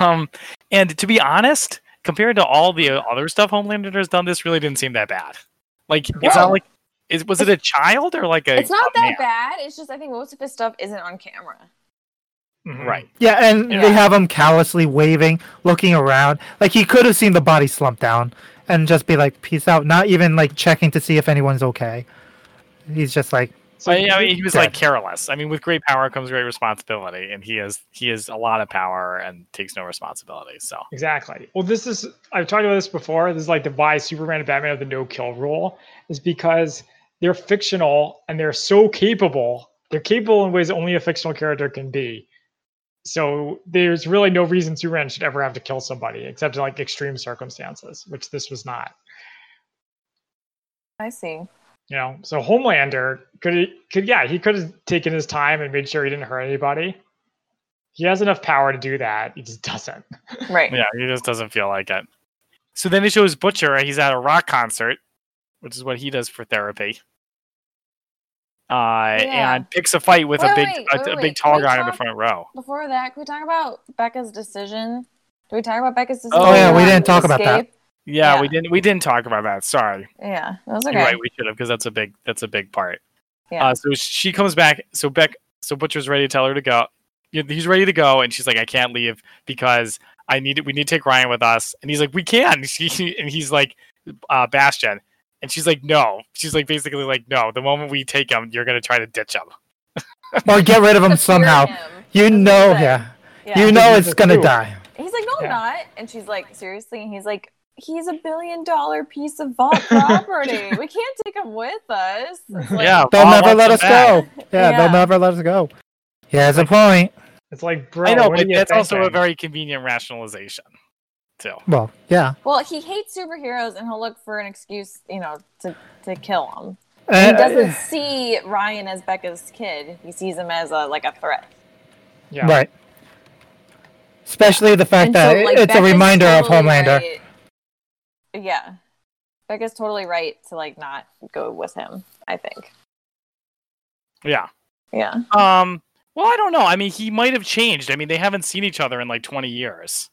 um, and to be honest, compared to all the other stuff Homelander has done, this really didn't seem that bad. Like, it's No. not like. Is, was it a child or like a? It's not a that man? bad. It's just I think most of his stuff isn't on camera. Mhm. Right. Yeah, and Yeah. they have him callously waving, looking around. Like he could have seen the body slump down and just be like, peace out, not even like checking to see if anyone's okay. He's [LAUGHS] just like, So I, I mean, he was Good. like careless. I mean, with great power comes great responsibility, and he has he has a lot of power and takes no responsibility. So Exactly. Well, this is I've talked about this before. This is like the why Superman and Batman have the no kill rule is because they're fictional and they're so capable. They're capable in ways only a fictional character can be. So there's really no reason Superman should ever have to kill somebody except in like extreme circumstances, which this was not. I see. [LAUGHS] You know, so Homelander could could yeah he could have taken his time and made sure he didn't hurt anybody. He has enough power to do that. He just doesn't. Right. yeah, he just doesn't feel like it. So then it shows Butcher. and He's at a rock concert, which is what he does for therapy. Uh, Yeah. and picks a fight with a Wait, big wait, a, wait, a wait. big tall Can we guy in the talk- front row. Before that, can we talk about Becca's decision? Do we talk about Becca's decision? Oh, yeah, we on didn't talk about that. escape? Yeah, we Yeah. didn't we didn't talk about that. Sorry. Yeah, that was You're okay. right. We should have because that's a big that's a big part. Yeah. Uh, so she comes back. So Beck. So Butcher's ready to tell her to go. Yeah, He's ready to go, and she's like, "I can't leave because I need we need to take Ryan with us. And he's like, we can. [LAUGHS] And, she, and he's like, uh, Bastion. And she's like, no. She's like, basically like, no. The moment we take him, you're gonna try to ditch him. or get rid of him But fear somehow. him. You That's what know, he said. yeah. Yeah. You know This it's is gonna true. die. He's like, no, Yeah. I'm not. And she's like, seriously? And he's like, he's a billion dollar piece of [LAUGHS] vault property. we can't take him with us. It's like, yeah, They'll Vaughn never wants let him us back. go. Yeah, Yeah. they'll never let us go. Yeah, there's a point. It's like, bro. I know, what but are you that's also a thinking? very convenient rationalization, too. Well, yeah. Well, he hates superheroes and he'll look for an excuse, you know, to, to kill him. He Uh, doesn't see Ryan as Becca's kid. He sees him as a, like a threat. yeah. Right. Especially the fact And that so, it- like, it's Becca's a reminder totally of Homelander. right- Yeah. Becca's totally right to like not go with him, I think. Yeah. Yeah. Um. Well, I don't know. I mean, he might have changed. I mean, they haven't seen each other in like 20 years.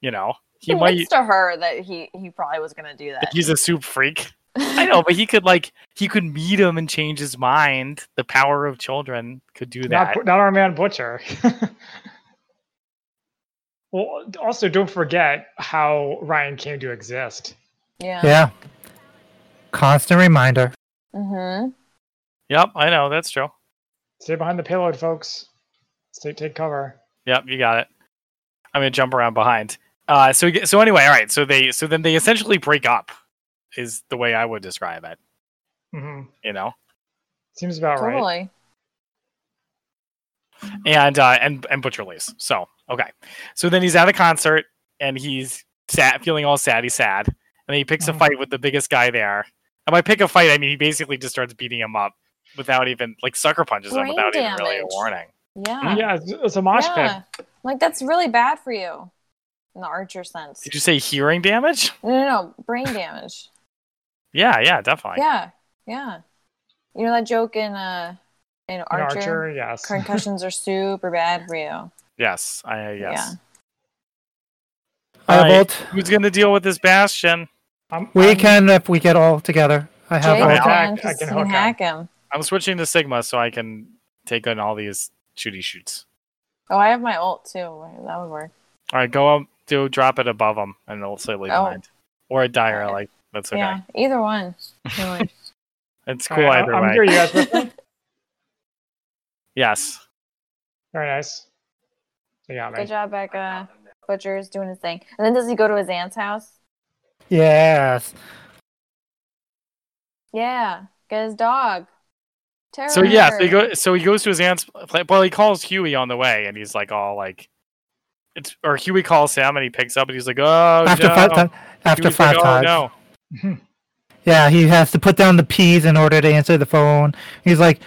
You know, he He might. admits to her that he he probably was gonna do that. He's a soup freak. I know, but he could like he could meet him and change his mind. The power of children could do that. Not, not our man Butcher. [LAUGHS] well, also don't forget how Ryan came to exist. yeah. Yeah. Constant reminder. Mm-hmm. Yep, I know that's true. Stay behind the payload, folks. Stay, take cover. Yep, you got it. I'm gonna jump around behind. Uh. So we get- so anyway, all right. So they so then they essentially break up, is the way I would describe it. hmm You know. Seems about right. Totally. and uh, and and Butcher leaves. So okay, so then he's at a concert and he's sad, feeling all sad. He's sad, and he picks a Mhm. fight with the biggest guy there. And by pick a fight, I mean he basically just starts beating him up without even like sucker punches him Brain without even really a damage. warning. Yeah. Mm, Yeah, it's, it's a mosh Yeah. Like that's really bad for you in the archer sense. Did you say hearing damage? No, no, no. Brain damage. Yeah, yeah, definitely. Yeah. Yeah. You know that joke in uh in pit. An Archer? Archer, yes. Concussions are super bad for you. Yes, I uh, yes. I Alright. vote. Who's gonna deal with this Bastion? I'm- We I'm- can if we get all together. I have Jake one. I vote. can, can- I because can he hook can hack him. I'm switching to Sigma so I can take on all these shooty shoots. Oh, I have my ult too. That would work. All right, go up, do drop it above him, and it'll say leave Oh. behind or a dire. Alright. Like that's okay. Yeah, either one. Either one. It's All cool right, either I'm way. here, you guys. [LAUGHS] with me? Yes. Very nice. You got me. Good job, Becca. Butcher's doing his thing. And then does he go to his aunt's house? Yes. Yeah, get his dog. Terror. So yeah, so he go so he goes to his aunt's pla Well, he calls Huey on the way, and he's like all like, it's or Huey calls Sam, and he picks up, and he's like, oh, after no. five times. After Huey's five like, times. oh, Yeah, he has to put down the P's in order to answer the phone. He's like,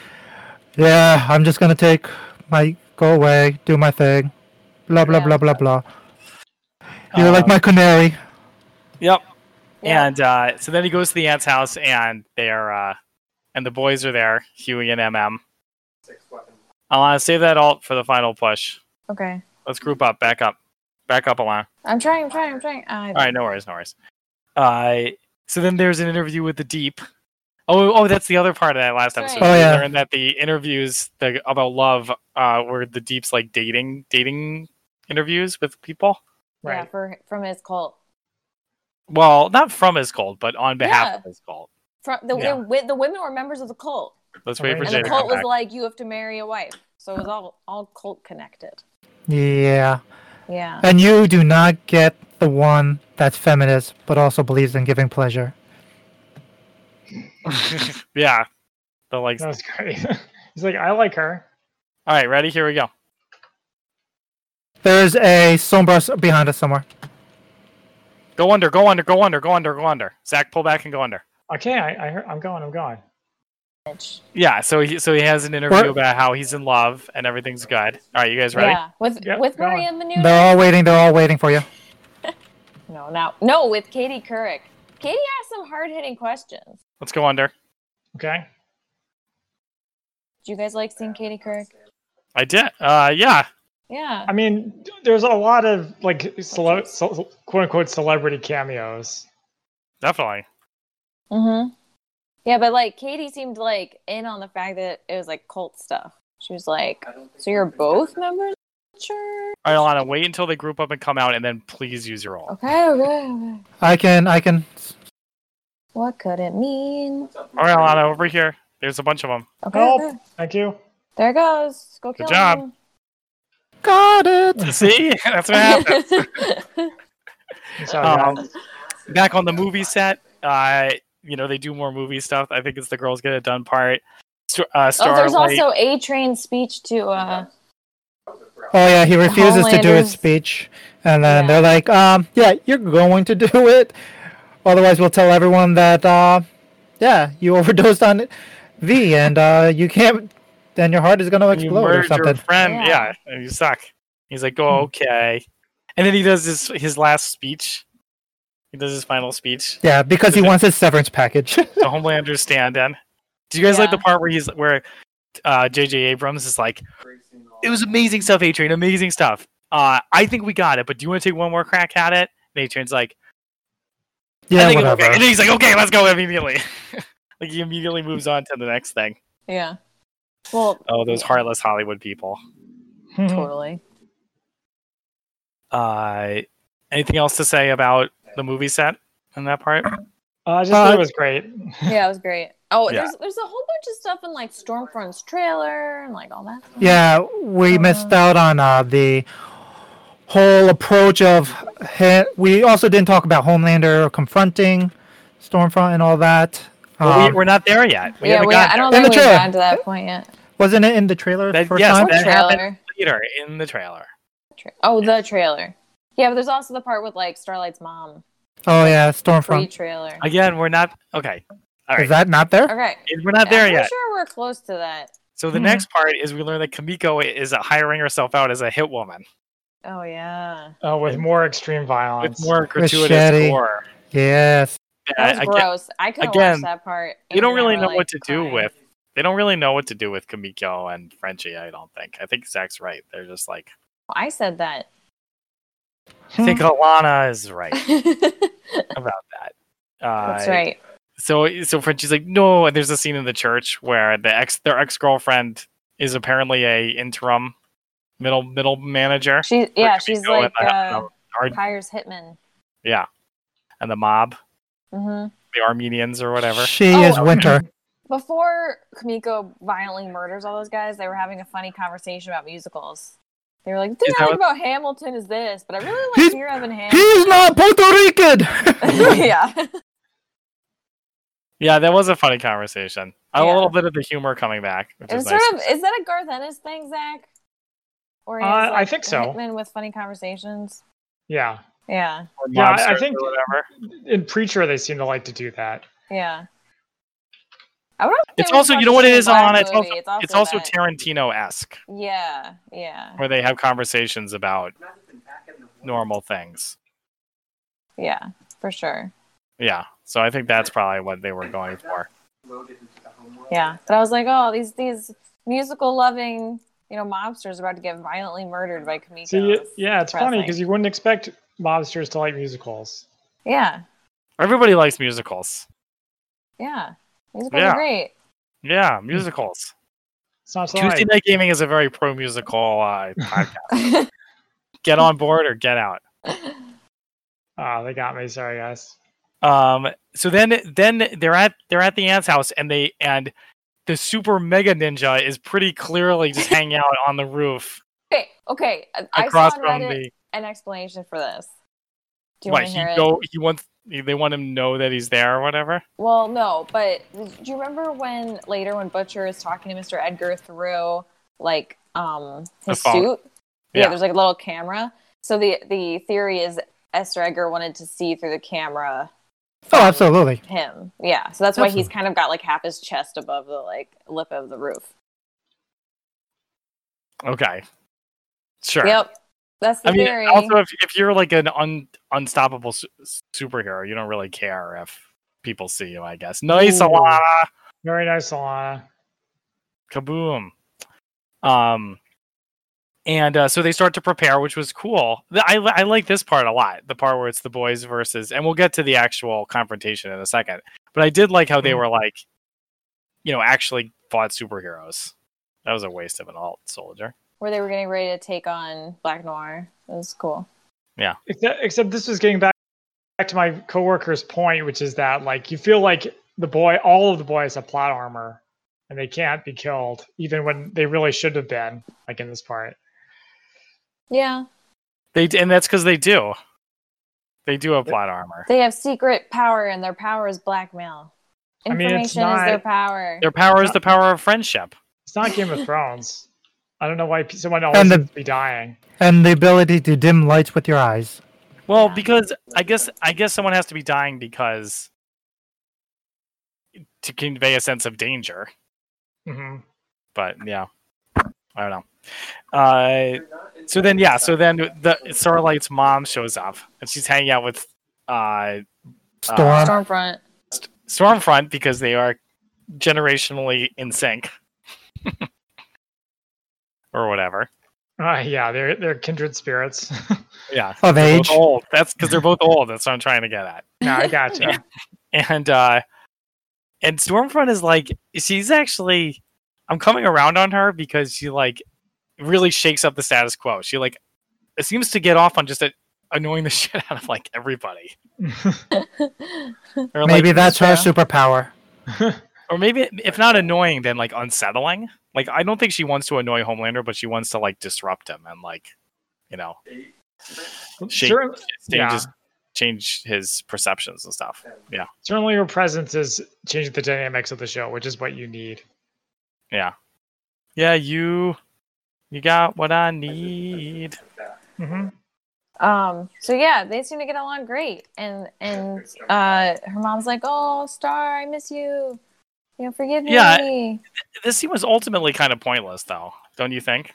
"Yeah, I'm just gonna take my go away, do my thing, blah blah Yeah. blah blah blah." no. You're like Uh, my canary. yep. Yeah. And uh, so then he goes to the aunt's house, and they're uh, and the boys are there, Huey and MM. Alana, save that alt for the final push. Okay, Let's group up, back up, back up, Alana. I'm trying. I'm trying. I'm trying. Ah, I All right, no worries, no worries. Uh, so then there's an interview with the deep. Oh, oh, that's the other part of that last That's episode. right. Oh, We yeah. learned that the interviews the, about love uh, were the deep's like dating dating interviews with people. Yeah, Right. for from his cult. Well, not from his cult, but on behalf Yeah. of his cult. From the, Yeah. wi- the women were members of the cult, Let's wait for And and Jay the to cult come was back. like, "You have to marry a wife." So it was all all cult connected. Yeah, Yeah. and you do not get the one that's feminist but also believes in giving pleasure. yeah, the like. That was great. [LAUGHS] He's like, I like her. All right, ready? Here we go. There's a sombra behind us somewhere. Go under. Go under. Go under. Go under. Go under. Zach, pull back and go under. Okay, I, I heard, I'm going. I'm going. Bitch. Yeah. So he so he has an interview What? about how he's in love and everything's good. All right, you guys ready? Yeah, with Yep, with go on. Maria Menounos. They're all waiting. They're all waiting for you. No, now no with Katie Couric. Katie asked some hard hitting questions. Let's go under. Okay. Do you guys like seeing Katie Couric? I did. Uh, yeah. Yeah. I mean, there's a lot of like cele- ce- quote unquote celebrity cameos. Definitely. Mm-hmm. Yeah, but like Katie seemed like in on the fact that it was like cult stuff. She was like, "So you're both members Sure. All right, Alana, wait until they group up and come out, and then please use your all. Okay, okay, okay. I can, I can. What could it mean? All right, Alana, over here. There's a bunch of them. [LAUGHS] Okay. Help. okay. Thank you. There it goes. Go kill Good job. him. Got it. See, that's what [LAUGHS] happened. Oh, I'm sorry, Um, guys. back on the movie set, uh, you know they do more movie stuff. I think it's the girls get it done part. St- uh, oh, there's Starlight- also A Train speech to uh Oh yeah, he refuses to do his Homelander's- speech, and then Yeah. they're like, um, "Yeah, you're going to do [LAUGHS] it. Otherwise, we'll tell everyone that, uh, yeah, you [LAUGHS] overdosed on V, and uh, you can't. Then your heart is going to you explode or murdered your something." friend. Yeah. Hmm. Yeah. and you suck. He's like, oh, okay. And then he does his his last speech. He does his final speech. Yeah, because [LAUGHS] he wants his severance package. [LAUGHS] The Homelander stand-in. Do you guys like Yeah. the part where he's where uh JJ Abrams is like, it was amazing stuff, A Train, amazing stuff. Uh, I think we got it, but do you want to take one more crack at it? And A Train's like, I yeah, think it's whatever. okay. And then he's like, okay, let's go immediately. [LAUGHS] like he immediately moves on to the next thing. yeah. Well, Oh, those heartless Hollywood people. Hmm. totally. Uh, anything else to say about the movie set in that part? Uh, I just thought Uh, it was great. [LAUGHS] Yeah, it was great. Oh, Yeah. there's there's a whole bunch of stuff in like Stormfront's trailer and like all that. stuff. Yeah, Uh-huh. we missed out on uh, the whole approach of. He- we also didn't talk about Homelander confronting Stormfront and all that. Well, we, Um, we're not there yet. We yeah, haven't we, gotten I don't there. think we've In the trailer. gotten to that point yet. wasn't it in the trailer the That- first yes, time? that- Or happened. trailer. there later in the trailer. Tra- oh, the trailer. Yeah, but there's also the part with like Starlight's mom Oh yeah, pre Stormfront. trailer. Again, we're not okay. All right, Is that not there? Okay, we're not there I'm yet. sure we're close to that. So the Hmm. Mhm. next part is we learn that Kamiko is uh, hiring herself out as a hit woman Oh yeah, Uh, with more extreme with violence. more gratuitous Machete. gore. Yes. that was Yeah, again, gross. I couldn't again, watch that part. you don't and really never, know like, what to do cried. with. They don't really know what to do with Kamiko and Frenchie. I don't think. I think Zach's right. They're just like, I said that. [LAUGHS] Hmm. I think Alana is right That's about that. Uh, right. so so Frenchie's like, no, and there's a scene in the church where the ex their ex girlfriend is apparently a interim middle middle manager. She yeah, she's Kamiko like and the- uh, Ar- hires hitman. and the mob, hmm the Armenians or whatever. She Oh, [LAUGHS] is Winter. Before Kamiko violently murders all those guys, they were having a funny conversation about musicals. They were like, "The thing Is I that like about Hamilton is this, but I really like He's- Dear Evan Hansen." He's not Puerto Rican. [LAUGHS] [LAUGHS] yeah, Yeah, that was a funny conversation. A Yeah. little bit of the humor coming back, which it was is sort nice. of is that a Garth Ennis thing, Zach? Or he Uh, has, I like, think so. Hitman with funny conversations. yeah. Yeah, Or Yeah, I- I mobsters think- or whatever. In Preacher, they seem to like to do that. yeah. I would also say It's it was also- you much know what it the is, Black Alana? It's movie. also- it's also, It's also that. Tarantino esque, yeah, yeah, where they have conversations about normal things. yeah, for sure. Yeah. So I think that's probably what they were going for. Yeah, but I was like, oh, these these musical loving, you know, mobsters are about to get violently murdered by Kamiko. See, yeah, it's funny depressing. because you wouldn't expect mobsters to like musicals. yeah, Everybody likes musicals. yeah, musicals Yeah. are great. [LAUGHS] Yeah, musicals. It's not Hmm. so Tuesday right. Night Gaming is a very pro musical [LAUGHS] uh, podcast. get on board or get out. Oh, they got me. Sorry, guys. Um, so then, then they're at they're at the aunt's house, and they and the super mega ninja is pretty clearly just hanging out on the roof okay, okay, I- I saw across on from Reddit the. an explanation for this. Do you What want to he hear it? go? He wants. They want him to know that he's there or whatever. Well, no, but do you remember when later when Butcher is talking to Mr. Edgar through like um The his phone. suit? Yeah. Yeah. there's like a little camera. So the the theory is Esther Edgar wanted to see through the camera oh, absolutely. him. Yeah. So that's why he's kind of got like half his chest above the like lip of the roof. Okay, sure. Yep. That's the I mean, theory. also if, if you're like an un, unstoppable su- superhero, you don't really care if people see you. I guess. Nice, Ooh. Alana. Very nice, Alana. kaboom um and uh, so they start to prepare which was cool The- I, li- I like this part a lot the part where it's the boys versus and we'll get to the actual confrontation in a second but i did like how they were like you know actually fought superheroes that was a waste of an alt soldier where they were getting ready to take on Black Noir. It was cool. Except, except this was getting back back to my coworker's point, which is that like you feel like the boy, all of the boys have plot armor, and they can't be killed, even when they really should have been, like in this part. Yeah, They d- and that's because they do. They do have plot armor. they have secret power, and their power is blackmail. I mean, Information it's is their not- power. Their power is the power of friendship. It's not Game of Thrones. I don't know why pe- someone always And the- seems to be dying. and the ability to dim lights with your eyes. Well, Yeah. because I guess I guess someone has to be dying because to convey a sense of danger. hmm But yeah, I don't know. Uh, so then, yeah, so then the Starlight's mom shows up and she's hanging out with uh, Storm. Uh, Stormfront. Stormfront because they are generationally in sync [LAUGHS] or whatever. Uh, yeah, they're they're kindred spirits. [LAUGHS] Yeah, Of they're age. both old. That's because they're both old. That's what I'm trying to get at. no, I gotcha. and uh and stormfront is like she's actually i'm coming around on her because she like really shakes up the status quo she like seems to get off on just a, annoying the [LAUGHS] shit out of like everybody [LAUGHS] or, Maybe like, that's her true. superpower. or maybe if not annoying then like unsettling like i don't think she wants to annoy homelander but she wants to like disrupt him and like you know Shake- Cer- changes change his perceptions and stuff yeah certainly, your presence is changing the dynamics of the show, which is what you need. yeah you you got what i need hmm Um, so yeah, they seem to get along great. And and uh her mom's like, Oh, Star, I miss you. You know, forgive me. Yeah. this scene was ultimately kind of pointless though don't you think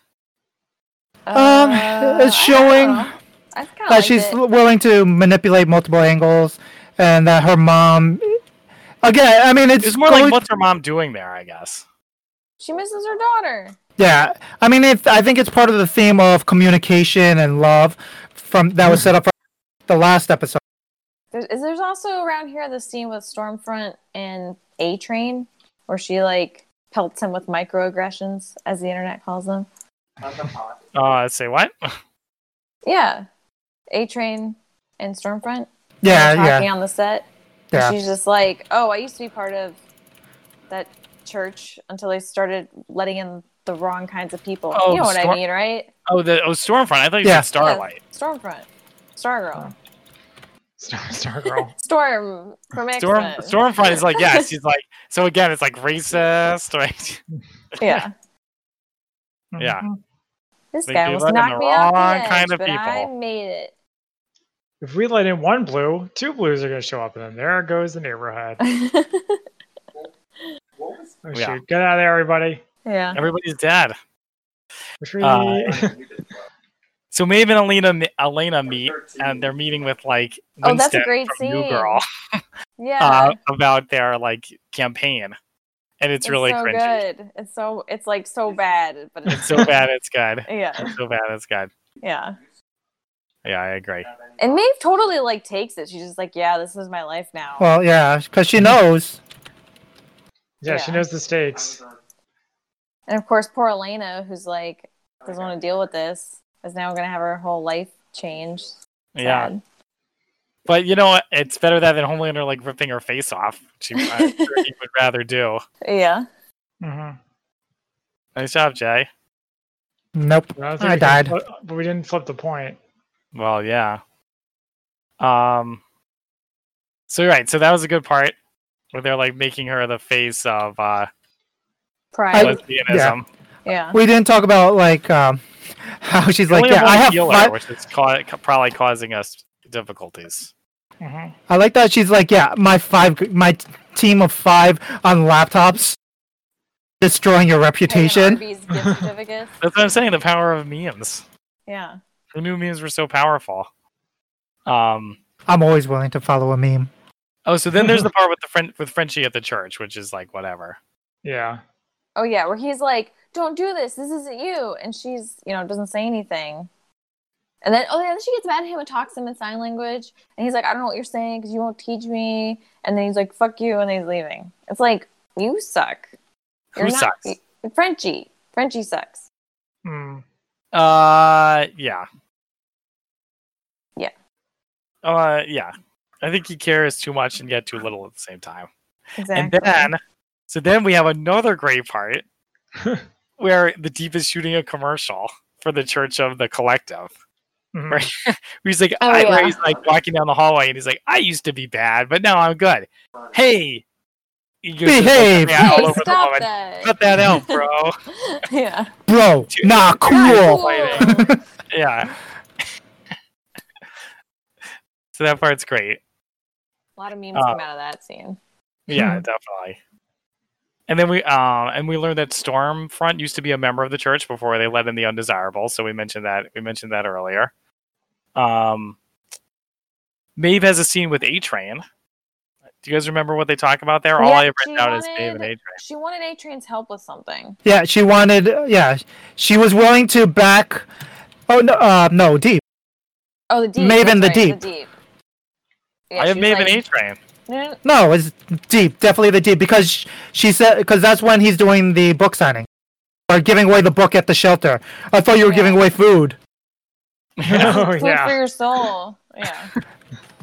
Um, Uh, it's I don't showing know. I kind of that she's willing to manipulate multiple angles, and that her mom. Again, I mean, it's It's more going- like what's her mom doing there, I guess. she misses her daughter. Yeah, I mean, it's, I think it's part of the theme of communication and love from that was set up for the last episode. There's, is- there's also around here the scene with Stormfront and A Train, where she like pelts him with microaggressions, as the internet calls them. Uh, say what? Yeah, A Train and Stormfront. Yeah, were talking yeah, on the set. And yeah. She's just like, oh, I used to be part of that church until they started letting in the wrong kinds of people. Oh, you know what I Star- mean, right? Oh, the oh Stormfront. I thought you Yeah. said Starlight. Stormfront. Stargirl. Star, Star Girl. Storm from x Storm Stormfront is like [LAUGHS] yeah. She's like so again. It's like racist, [LAUGHS] right? Yeah. Mm-hmm. Yeah. Mhm. This They do guy almost let in knocked the me off wrong the edge, kind of but I people. made it. [LAUGHS] If we let in one blue, two blues are going to show up, and then there goes the neighborhood. Oh, Yeah. shoot. Get out of there, everybody. yeah. Everybody's dead. Retreat. Uh, So Maeve and Elena mi- Elena meet, and they're meeting with like Oh, that's a Winstead great from scene. New Girl Yeah. uh, about their like campaign, and it's, really so cringy. good. It's so it's like so bad, but It's it's so bad. It's good. [LAUGHS] yeah, It's so bad. It's good. yeah. Yeah, I agree. And Maeve totally like takes it. She's just like, yeah, this is my life now. Well, yeah, because she knows. yeah, she yeah. knows the stakes. And of course, poor Elena, who's like doesn't want to deal with this, is now going to have her whole life changed. Yeah. Sad. But you know, what? it's better that than Homelander like ripping her face off. She [LAUGHS] I'm sure he would rather do. Yeah. hmm Nice job, Jay. Nope. I died. but we didn't flip the point. Well, yeah. Um. So you're right. So that was a good part where they're like making her the face of uh, Pride. I- lesbianism. yeah. We didn't talk about like um, [LAUGHS] how she's like, Only yeah, one I have. healer, Fi- which is ca- ca- probably causing us difficulties. hmm I like that she's like, yeah, my five, my t- team of five on laptops, destroying your reputation. Arby's [LAUGHS] gift certificates. That's what I'm saying. The power of memes. Yeah. Who knew memes were so powerful? Um. I'm always willing to follow a meme. Oh, so then there's [LAUGHS] the part with the friend with Frenchie at the church, which is like whatever. Yeah. Oh yeah, where he's like, "Don't do this. This isn't you," and she's, you know, doesn't say anything. And then, oh yeah, then she gets mad at him and talks to him in sign language, and he's like, "I don't know what you're saying because you won't teach me." And then he's like, "Fuck you," and then he's leaving. It's like you suck. Who sucks? Frenchie. Frenchie sucks. Mm. Uh, yeah. Yeah. Uh, yeah. I think he cares too much and yet too little at the same time. Exactly. And then, so then we have another great part where the deep is shooting a commercial for the Church of the Collective. Mhm. Right. He's like, Oh, I, where yeah. he's like walking down the hallway, and he's like, I used to be bad, but now I'm good. Hey, He goes, like, Behave. yeah, all [LAUGHS] hey, over the stop woman. that. Cut that out, bro. [LAUGHS] yeah. Bro, Dude. nah, [LAUGHS] cool. Fighting. yeah. so that part's great. A lot of memes Uh, come out of that scene. Yeah, Hmm. definitely. And then we um and we learned that Stormfront used to be a member of the church before they let in the undesirable. So we mentioned that we mentioned that earlier. Um, Maeve has a scene with A Train. Do you guys remember what they talk about there? All Yeah, I have she written down is Maeve and wanted- A Train. She wanted A Train's help with something. Yeah, she wanted. Yeah, she was willing to back. Oh no, uh, no, deep. Oh, the deep. that's Maven the right, Deep. The deep. Yeah, I have she was Maeve and A like, Train. [LAUGHS] "No, no, no." No, it's deep. Definitely the deep because sh- she said because that's when he's doing the book signing or giving away the book at the shelter. I thought you were Yeah. giving away food. oh Food for yeah. your soul. [LAUGHS] Yeah.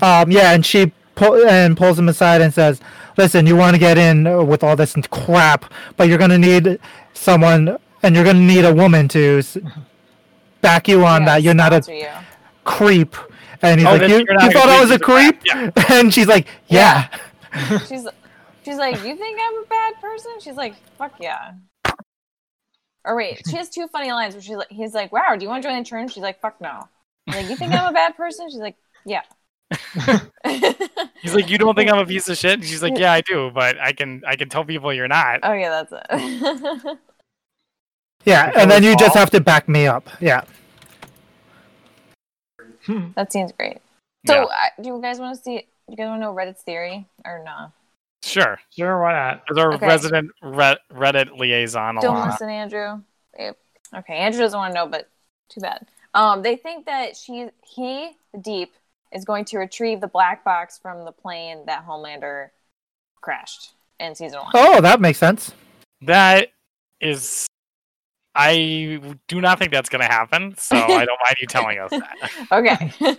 Um, yeah, and she pull and pulls him aside and says, "Listen, you want to get in uh, with all this crap, but you're gonna need someone, and you're gonna need a woman to s- back you on yeah, that. You're not a sponsor you. creep." And he's Oh, like, that "You, you're not you a thought I creep, was a you're crap." creep?" [LAUGHS] And she's like, Yeah. "Yeah." [LAUGHS] She's, she's like, you think I'm a bad person? She's like, fuck yeah. Or wait, she has two funny lines where she's like, he's like, wow, do you want to join the church? She's like, fuck no. He's like, you think I'm a bad person? She's like, yeah. [LAUGHS] [LAUGHS] He's like, you don't think I'm a piece of shit? And she's like, yeah, I do, but I can I can tell people you're not. oh yeah, that's it. [LAUGHS] Yeah, Before and then we you just fall. have to back me up. Yeah. that seems great. So, Yeah. I, do you guys want to see? Do you guys want to know Reddit's theory or no? Sure, Sure, why not? as our Okay. resident Re- Reddit liaison, Don't Alana. listen, Andrew. Yep. Okay, Andrew doesn't want to know, but too bad. Um, they think that she, he, the Deep, is going to retrieve the black box from the plane that Homelander crashed in season one. Oh, that makes sense. That is, I do not think that's going to happen. So I don't mind you telling us that. Okay.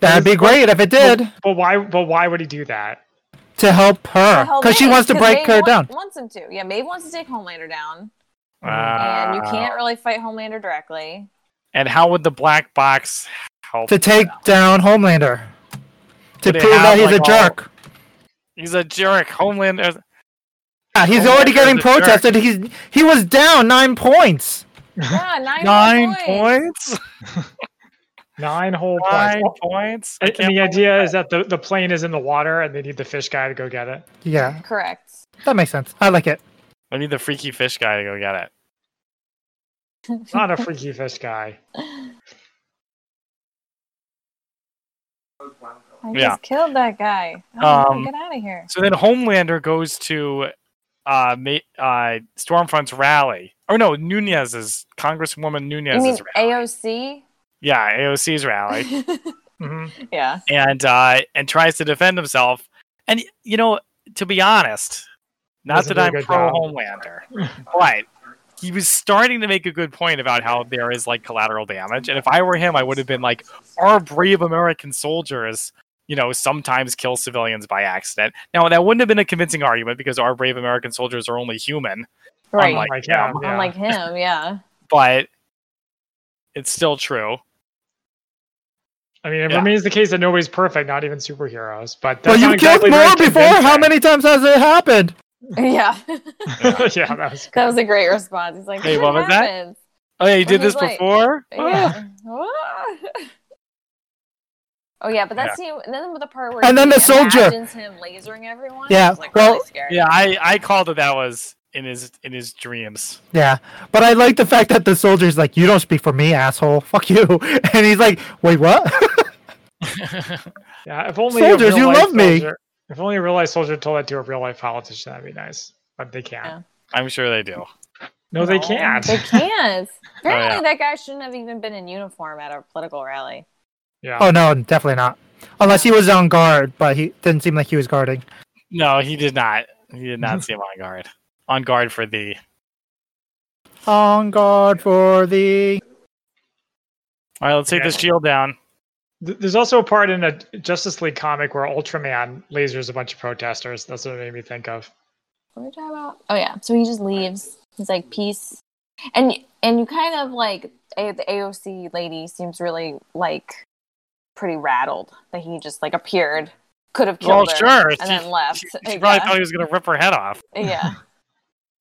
That'd be great if it did But why? But why would he do that? to help her Hell, because she Maeve- wants to 'cause break Maeve her wants, down. Wants him to. Yeah, Maeve wants to take Homelander down, [LAUGHS] and Uh, you can't really fight Homelander directly. And how would the black box help? to take down Homelander to Would it prove have, that he's like, a all- jerk. He's a jerk. Homeland. is- Yeah, he's Homelander's already getting a jerk. protested. He's he was down nine points. Yeah, Ah, nine, Nine points. points. Mm-hmm. Nine whole Nine points. points. I And, can't and the believe idea is that the, the plane is in the water, and they need the fish guy to go get it. [LAUGHS] Yeah, Correct. that makes sense. I like it. I need the freaky fish guy to go get it. Not a freaky fish guy. I Yeah. just killed that guy. Oh, Um, get out of here. So then Homelander goes to uh, Ma- uh, Stormfront's rally. Or no, Nunez's Congresswoman you mean Nunez's rally. AOC? yeah, AOC's rally. Mhm. [LAUGHS] yeah. and uh, and tries to defend himself. And you know, to be honest, not Doesn't that do a I'm good pro job. Homelander, but he was starting to make a good point about how there is like collateral damage. And if I were him, I would have been like, our brave American soldiers, you know, sometimes kill civilians by accident. Now that wouldn't have been a convincing argument because our brave American soldiers are only human. Right. Unlike Like him him, yeah. Unlike him, [LAUGHS] yeah. but it's still [LAUGHS] true. I mean, it Yeah. remains the case that nobody's perfect, not even superheroes. But Well, that's you not killed exactly very more before. How many times has it happened? yeah. Oh, convincing. [LAUGHS] yeah, that was that was a great response. He's like, Hey, what, what was that? happened? Oh yeah, you did Well, this he's like- before. Ah. Yeah. Ah. [LAUGHS] oh, yeah, but that's the, and then with the part where And then he the soldier. imagines him lasering everyone. Yeah, It's like well- really scary. Yeah, I, I called it. That was in his in his dreams. Yeah, but I like the fact that the soldier's like, "You don't speak for me, asshole. [LAUGHS] Fuck you," and he's like, "Wait, what?" [LAUGHS] Yeah, if only a Soldiers, you real-life love me. soldier- If only a real life soldier told that to a real life politician, that'd be nice. But they can't. Yeah. I'm sure they do. No, they can't. They can't. Apparently, yeah. that guy shouldn't have even been in uniform at a political rally. [LAUGHS] yeah. oh no, definitely not. Unless he was on guard, but he didn't seem like he was guarding. No, he did not. He did not seem on guard. On guard for the On guard for the All right, let's take this shield down. Th- There's also a part in a Justice League comic where Ultraman lasers a bunch of protesters. That's what it made me think of. What are we talking about? Oh yeah. So he just leaves. He's like peace, and and you kind of like a, the AOC lady seems really like pretty rattled that he just like appeared, could have Well, killed sure. her, and then She- left. She, she probably Yeah. thought he was gonna rip her head off. [LAUGHS] yeah.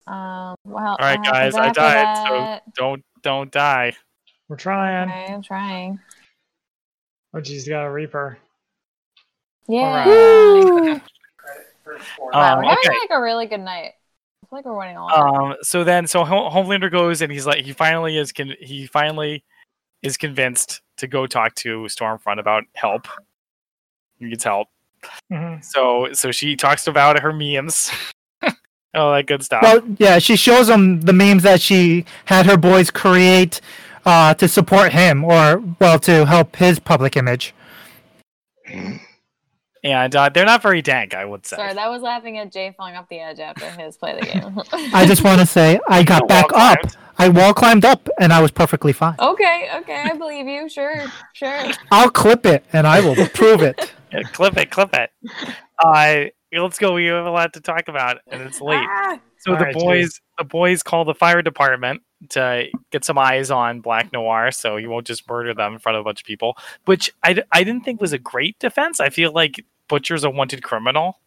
Um. Well. All right, guys, I died, so- [LAUGHS] Don't don't die. We're trying. I'm trying. Oh, geez, you got a Reaper. Yeah. right. [LAUGHS] Wow, Um, we're having Oh, okay. like a really good night. I feel like we're winning a lot. Um, so then, so Ho- Homelander goes and he's like, he finally is, con- he finally is convinced to go talk to Stormfront about help. He needs help. Mhm. So, so she talks about her memes, [LAUGHS] all that good stuff. Well, yeah, she shows him the memes that she had her boys create uh, to support him, or well, to help his public image. and uh, they're not very dank, I would say. Sorry, that was laughing at Jay falling off the edge after his play the game. I just want to say I got back up. I wall climbed up, and I was perfectly fine. okay, okay, I believe you. Sure, sure. I'll clip it, and [LAUGHS] I will prove it. Yeah, clip it, clip [LAUGHS] it. Uh, let's go. We have a lot to talk about, and it's late. Ah! So the Alright, boys, the boys call the fire department to get some eyes on Black Noir, so he won't just murder them in front of a bunch of people. Which I, d- I didn't think was a great defense. I feel like Butcher's a wanted criminal,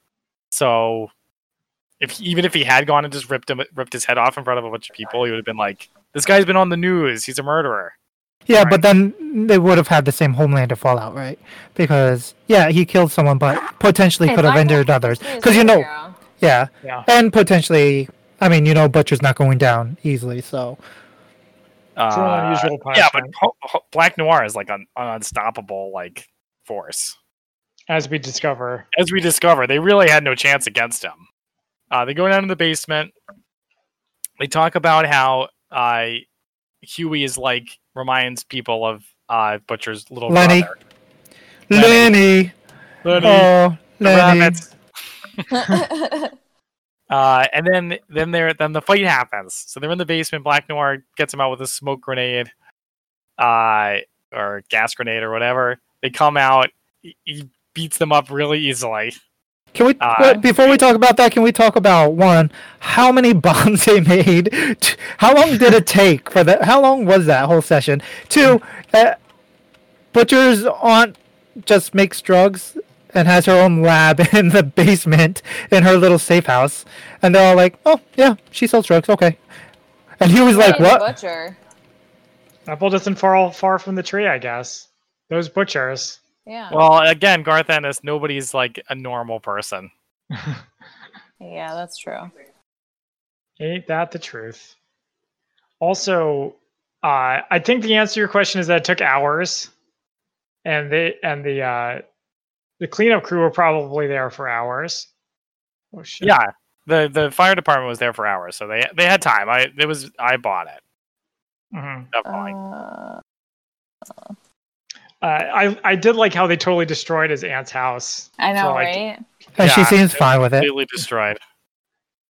so if he- even if he had gone and just ripped him ripped his head off in front of a bunch of people, he would have been like, "This guy's been on the news. He's a murderer." Yeah, but then they would have had the same Homelander fallout, right? Because yeah, he killed someone, but potentially Hey, could have Black injured others. He's Because you a know, hero. yeah, Yeah. and potentially, I mean, you know, Butcher's not going down easily, so It's an Uh, unusual yeah, punishment. but Ho- Ho- Black Noir is like an, an unstoppable like force. as we discover, as we discover, they really had no chance against him. Uh, they go down to the basement. They talk about how uh, Huey is like reminds people of uh, Butcher's little Lenny. brother. Lenny, Lenny, oh the Lenny, rabbits. Uh, and then then there then the fight happens. So they're in the basement. Black Noir gets him out with a smoke grenade, uh, or gas grenade or whatever. They come out. He, he beats them up really easily. can we Uh, wait, before we talk about that? Can we talk about one? How many [LAUGHS] bombs they made? [LAUGHS] T- How long did it take for the? How long was that whole session? Two, uh, Butcher's aunt just makes drugs and has her own lab [LAUGHS] in the basement in her little safe house, and they're all like, "Oh yeah, she sells drugs, okay." And he was [LAUGHS] like, Lenny the "What?" Butcher. Apple doesn't fall far from the tree, I guess. Those butchers. Yeah. Well, again, Garth Ennis. Nobody's like a normal person. yeah, that's true. Ain't that the truth? Also, uh, I think the answer to your question is that it took hours, and they and the uh, the cleanup crew were probably there for hours. Oh shit! Yeah, the the fire department was there for hours, so they they had time. I it was I bought it. Mhm. Definitely. Uh, Uh, I I did like how they totally destroyed his aunt's house. I know, So, like, right? And she Yeah, seems it fine with it. Completely destroyed.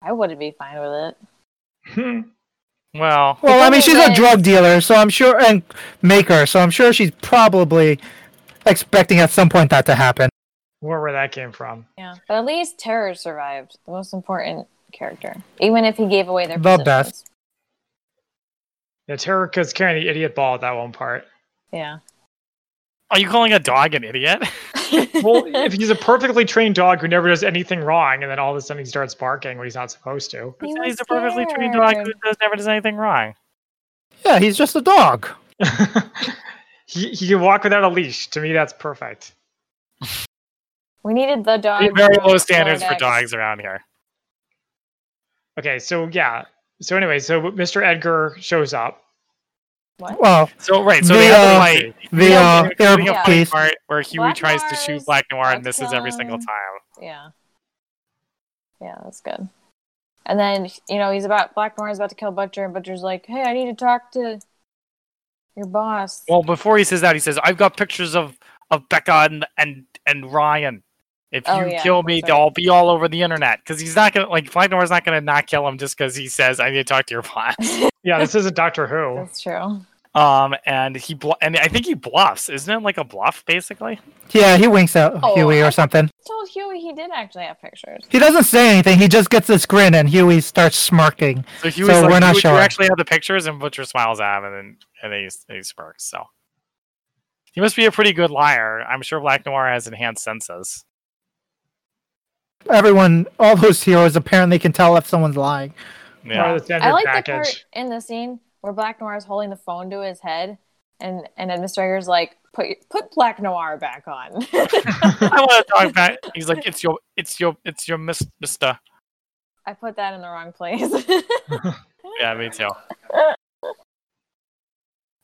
I wouldn't be fine with it. Hmm. Well, Well, I mean, she's a Right. drug dealer, so I'm sure, and maker, so I'm sure she's probably expecting at some point that to happen. Wherever that came from. Yeah, but at least Terror survived, the most important character, even if he gave away their The positions. best. Yeah, Terrica's carrying the idiot ball at that one part. [LAUGHS] Yeah. are you calling a dog an idiot? Well, if he's a perfectly trained dog who never does anything wrong, and then all of a sudden he starts barking when he's not supposed to. [LAUGHS] [LAUGHS] He He's was a perfectly trained dog who scared. does never does anything wrong. Yeah, he's just a dog. [LAUGHS] he he can walk without a leash. To me, that's perfect. we needed the dog. Very who low was standards for Florida. dogs around here. Okay, so yeah. So anyway, so Mr. Edgar shows up. What? Well, So right, so The, they have uh, to fight. the Yeah, uh, they're air putting up Yeah. piece. Part where Huey Black tries to Noir's shoot Black Noir and Black misses every single Noir. time. Yeah. Yeah, that's good. And then you know he's about Blackmore's about to kill Butcher, and Butcher's like, "Hey, I need to talk to your boss." Well, before he says that, he says, "I've got pictures of of Becca and and, and Ryan. If Oh, you yeah, kill me, that's right. they'll be all over the internet." Because he's not gonna like Black Noir's not gonna not kill him just because he says, "I need to talk to your [LAUGHS] boss." [LAUGHS] Yeah, this isn't Doctor Who. that's true. Um, and he bl- and I think he bluffs. Isn't it like a bluff basically? Yeah, he winks at Oh, Huey I- or something. told Huey he did actually have pictures. He doesn't say anything. He just gets this grin, and Huey starts smirking. So he was So like, we're not you, you sure. actually have the pictures, and Butcher smiles at him, and then and then he, s- he smirks. So he must be a pretty good liar. I'm sure Black Noir has enhanced senses. Everyone, all those heroes apparently can tell if someone's lying. Part Yeah, of the standard I like the part package. in the scene where Black Noir is holding the phone to his head, and and Administrator's like, put put Black Noir back on. [LAUGHS] [LAUGHS] I want to talk back. He's like, it's your, it's your, it's your mis- Mister. I put that in the wrong place. [LAUGHS] Yeah, me too.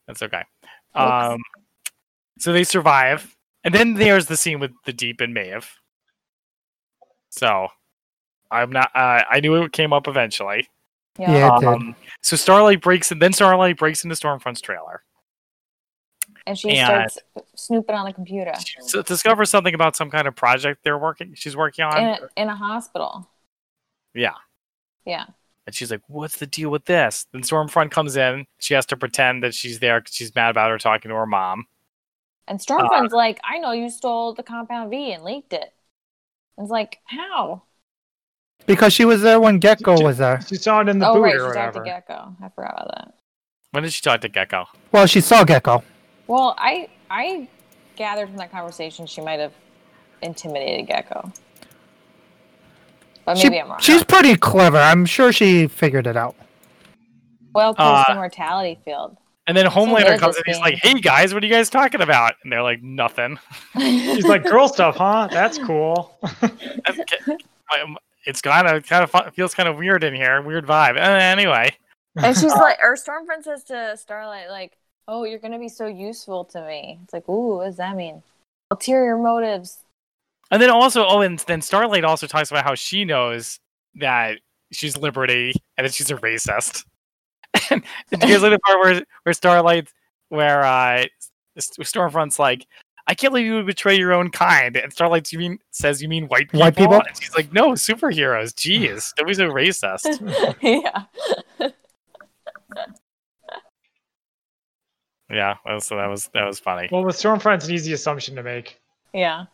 That's okay. Oops. Um, so they survive, and then there's the scene with the Deep and Maeve. So, I'm not. Uh, I knew it came up eventually. Yeah. It did. Um, so Starlight breaks, and then Starlight breaks into Stormfront's trailer and she and- starts snooping on the computer so discovers something about some kind of project they're working. She's working on, in a, in a hospital. Yeah. Yeah. and she's like, "What's the deal with this?" Then Stormfront comes in. She has to pretend that she's there because she's mad about her talking to her mom. And Uh, Stormfront's like, I know you stole the Compound V and leaked it. It's like, how? Because she was there when Gecko was there. She saw it in the oh, boot right, she or talked to whatever. Gecko. I forgot about that. When did she talk to Gecko? Well, she saw Gecko. Well, I I gathered from that conversation she might have intimidated Gecko. But She- maybe I'm wrong. She's pretty clever. I'm sure she figured it out. well uh, post the mortality field. And then Homelander good comes this in. He's game. like, "Hey guys, what are you guys talking about?" And they're like, [LAUGHS] "Nothing." She's like, girl stuff, huh? That's cool. [LAUGHS] That's ki- I'm- it's kind of kind of feels kind of weird in here. Weird vibe. Uh, anyway, and [LAUGHS] she's like, or Stormfront says to Starlight, like, "Oh, you're gonna be so useful to me." It's like, ooh, what does that mean? Ulterior motives. [LAUGHS] and then also, oh, and then Starlight also talks about how she knows that she's Liberty and that she's a racist. [LAUGHS] and here's like the part where where Starlight, where uh, S- Stormfront's like. I can't believe you would betray your own kind. And Starlight you mean, says, "You mean white people?" White people? And she's like, "No, superheroes. [SIGHS] Jeez, don't be so racist." yeah. Yeah, well, so that was that was funny. well, with Stormfront's an easy assumption to make. Yeah.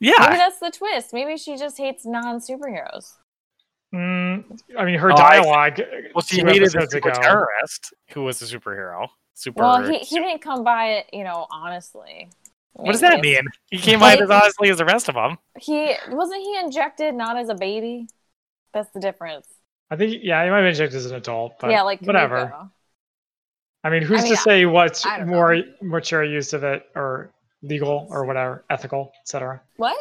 Maybe Yeah, that's the twist. Maybe she just hates non superheroes. Mm, I mean, her Oh, I see. dialogue. uh, well, she two hated the episodes super ago. terrorist who was a superhero. Super. Well, he, he didn't come by it, you know, honestly. what does Maybe that it's- [LAUGHS] mean? He came by it as Well, he- honestly as the rest of them. He wasn't he injected not as a baby. That's the difference. I think, yeah, he might have been checked as an adult, but yeah, like whatever. Kumiko. I mean, who's mean, to say what's I don't know. more mature use of it or legal or whatever, ethical, etc. What?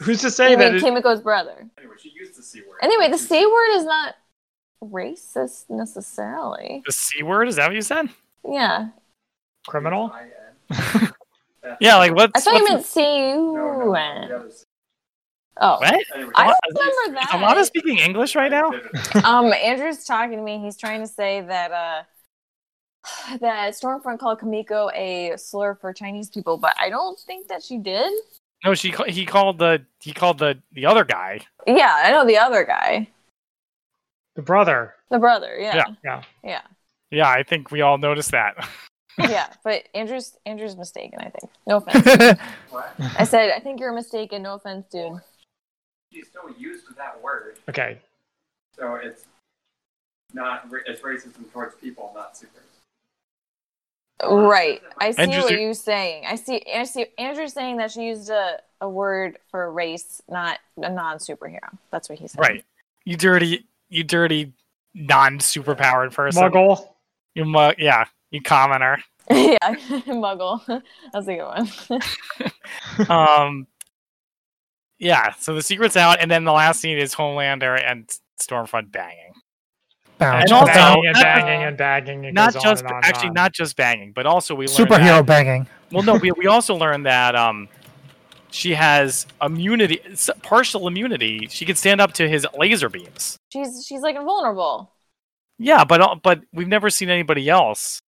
Who's to I say mean, that? It, Kimiko's brother. Anyway, she used the C word. Anyway, the C word is not racist necessarily. The c word is that what you said? Yeah, criminal? Yeah, like what's, I thought you what's- meant C No, no, U no, the N. other C. Oh, what? Anyway, I what? remember Is Alana that. speaking English right now? Um, Andrew's talking to me. He's trying to say that uh, [SIGHS] that Stormfront called Kamiko a slur for Chinese people, but I don't think that she did. No, she ca- he called the he called the the other guy. Yeah, I know the other guy, The brother. the brother. Yeah. Yeah. yeah. Yeah, I think we all noticed that. [LAUGHS] [LAUGHS] yeah, but Andrew's Andrew's mistaken. I think. No offense. yeah, What? I said I think you're mistaken. No offense, dude. She still used that word, Okay. so it's not ra- it's racism towards people, not super. Right. I see Andrew's- what you're saying. I see. I see. Andrew's saying that she used a, a word for race, not a non superhero. That's what he said. right. You dirty you dirty non superpowered person. Muggle. You mug yeah, you commoner. [LAUGHS] yeah. [LAUGHS] Muggle. [LAUGHS] That's a good one. um yeah so the secret's out and then the last scene is homelander and stormfront banging And also- banging and not- banging and banging. It not goes just on and on and actually on. not just banging but also we learned superhero that, banging. well no we, we also learned that um she has immunity s- partial immunity she can stand up to his laser beams she's she's like invulnerable. yeah but al- but we've never seen anybody else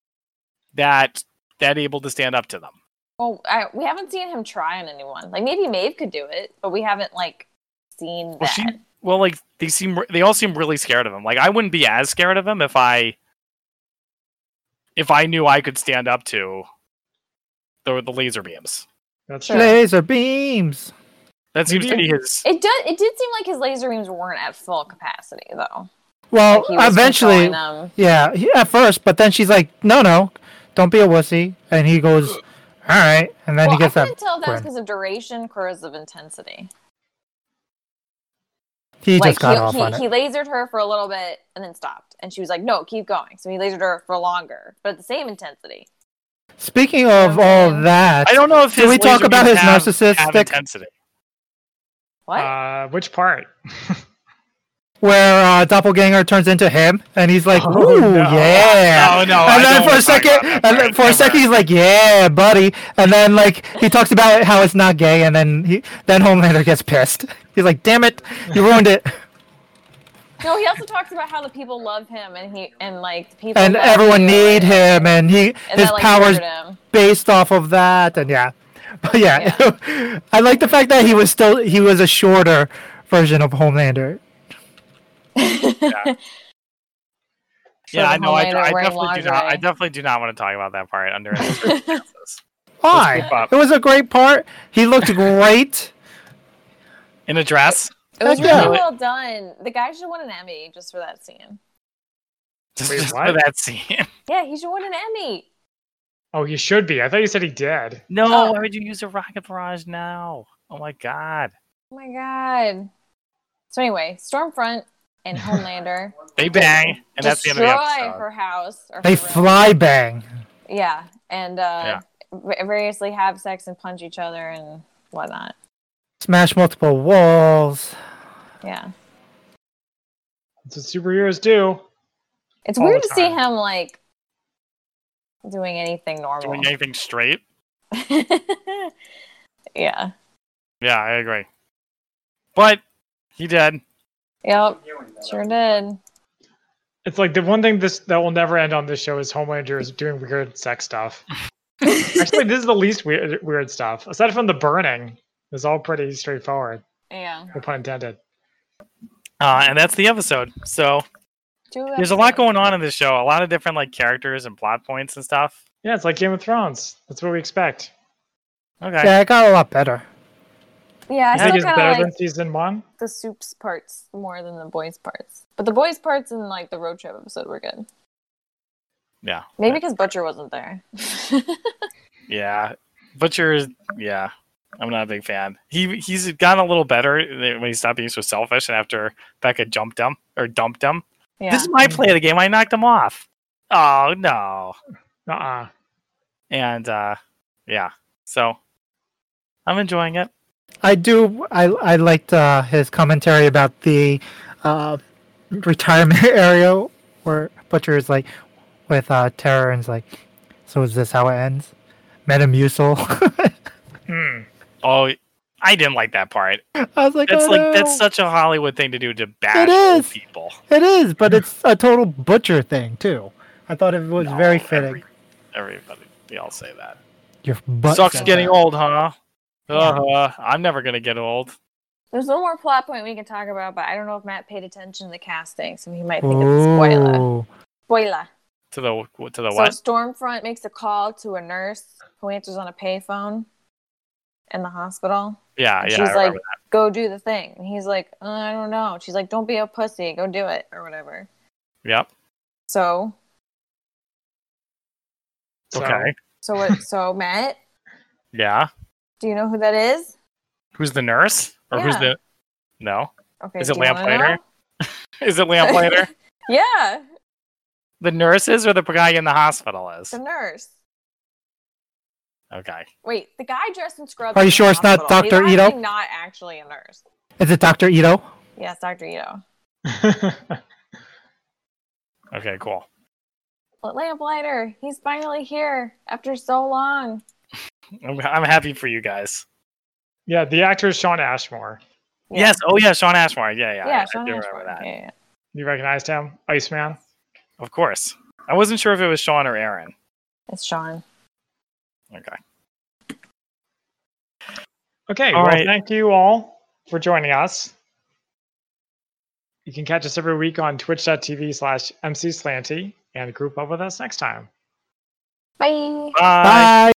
that that able to stand up to them Well, I, we haven't seen him try on anyone. Like maybe Maeve could do it, but we haven't like seen that. Well, she- well like they seem re- they all seem really scared of him like i wouldn't be as scared of him if i if I knew I could stand up to the the laser beams. That's fair. Laser beams. That seems to be Maybe- his. It does. It did seem like his laser beams weren't at full capacity though. Well, Like, he was Oh, eventually, controlling them. yeah, he- at first, but then she's like, "No, no, don't be a wussy," and he goes, "All right," and then Well, he gets I that. couldn't tell if that was grin. because of duration, curves of intensity. He like just got he, off he, on it. he lasered her for a little bit and then stopped, and she was like, "No, keep going." So he lasered her for longer, but at the same intensity. Speaking of all Okay. that, I don't know if Did his we talk laser about beams his have- narcissistic- have intensity. What? Uh, which part? where uh, doppelganger turns into him, and he's like, Oh, "Ooh, no. yeah." Oh no! and then for a second, and then for a second, he's like, "Yeah, buddy," and then like he talks about how it's not gay, and then he then Homelander gets pissed. [LAUGHS] He's like, "Damn it, you [LAUGHS] ruined it," No, he also talks about how the people love him, and he and like the people and love everyone you, need him, and he and his that, like, powers triggered him. based off of that, and yeah, [LAUGHS] but yeah, [LAUGHS] I like the fact that he was still he was a shorter version of Homelander. yeah, I know. I, Homelander I wearing definitely do not. I lingerie. definitely do not want to talk about that part [LAUGHS] under any circumstances. Let's keep Why? up. It was a great part. He looked great. In a dress, It was Heck really yeah. well done. The guy should win an Emmy just for that scene. just, Wait, just for what? that scene. Yeah, he should win an Emmy. Oh, he should be. I thought you said he did. [LAUGHS] No, Oh. why would you use a rocket barrage now? Oh my god! Oh my god. So anyway, Stormfront [LAUGHS] and Homelander They bang, and that's the destroy end of the episode. her house. Or They her room. fly bang. Yeah, and uh, va- variously have sex and punch each other and whatnot. Smash multiple walls. Yeah, That's what superheroes do. it's All weird the to see time. him like doing anything normal. Doing anything straight? [LAUGHS] yeah. Yeah, I agree. But he did. Yep. Healing, though. Sure did. It's like the one thing this that will never end on this show is Homelander is doing weird sex [LAUGHS] stuff. Actually, this is the least weird weird stuff. Aside from the burning, it's all pretty straightforward. Yeah. No pun intended. Uh, and that's the episode. So Two there's a lot episodes. going on in this show. A lot of different like characters and plot points and stuff. Yeah, it's like Game of Thrones. That's what we expect. Okay. Yeah, it got a lot better. Yeah, I I think still it's kind better of like than season one. the soups parts more than the boys parts, but the boys parts in like the road trip episode were good. Yeah. Maybe because Butcher wasn't there. [LAUGHS] Yeah. Butcher is yeah. I'm not a big fan. He he's gotten a little better when he stopped being so selfish and after Becca jumped him or dumped him. yeah. This is my play of the game. I knocked him off. Oh no. Uh uh And uh yeah. So I'm enjoying it. I do. I I liked uh, his commentary about the uh, retirement [LAUGHS] area where Butcher is like with uh, Terror and is like, so is this how it ends? Metamucil. [LAUGHS] Oh I didn't like that part. I was like, That's oh, like no. that's such a Hollywood thing to do to bash It old is. people. It is, but it's a total Butcher thing too. I thought it was No, very fitting. Oh, every- everybody, we all say that. Your butt Sucks said getting that. old, huh? Uh, I'm never gonna get old. There's one more plot point we can talk about, but I don't know if Matt paid attention to the casting, so he might think it's a spoiler. Ooh. Spoiler. To the to the So what? Stormfront makes a call to a nurse who answers on a payphone in the hospital. Yeah, And Uh, yeah. I she's like, remember "Go do the thing," and he's like, uh, "I don't know." She's like, "Don't be a pussy. Go do it or whatever." that. Yep. So, So, Okay. so [LAUGHS] what? so Matt, Yeah. do you know who that is? Who's the nurse? Or who's Yeah. the? No. [LAUGHS] Okay, Is it do you wanna Lamplighter? know? Is it [LAUGHS] Lamplighter? Yeah, the nurse is, or the guy in the hospital is? the nurse. Okay. Wait, the guy dressed in scrubs. Are you in the sure it's not hospital. Dr. He's Ito? actually Not actually a nurse. Is it Doctor Ito? Yes, Doctor Ito. [LAUGHS] Okay. Cool. But Lamplighter, he's finally here after so long. I'm, I'm happy for you guys. yeah, the actor is Sean Ashmore. Yeah. Yes. Oh yeah, Sean Ashmore. Yeah, yeah. Yeah, I- I, Sean do remember Ashmore. that. Yeah, yeah. You recognized him? Iceman? Of course. I wasn't sure if it was Sean or Aaron. It's Sean. Okay. Okay, All well, right. thank you all for joining us. You can catch us every week on twitch.tv slash mcslanty and group up with us next time. Bye. Bye. Bye.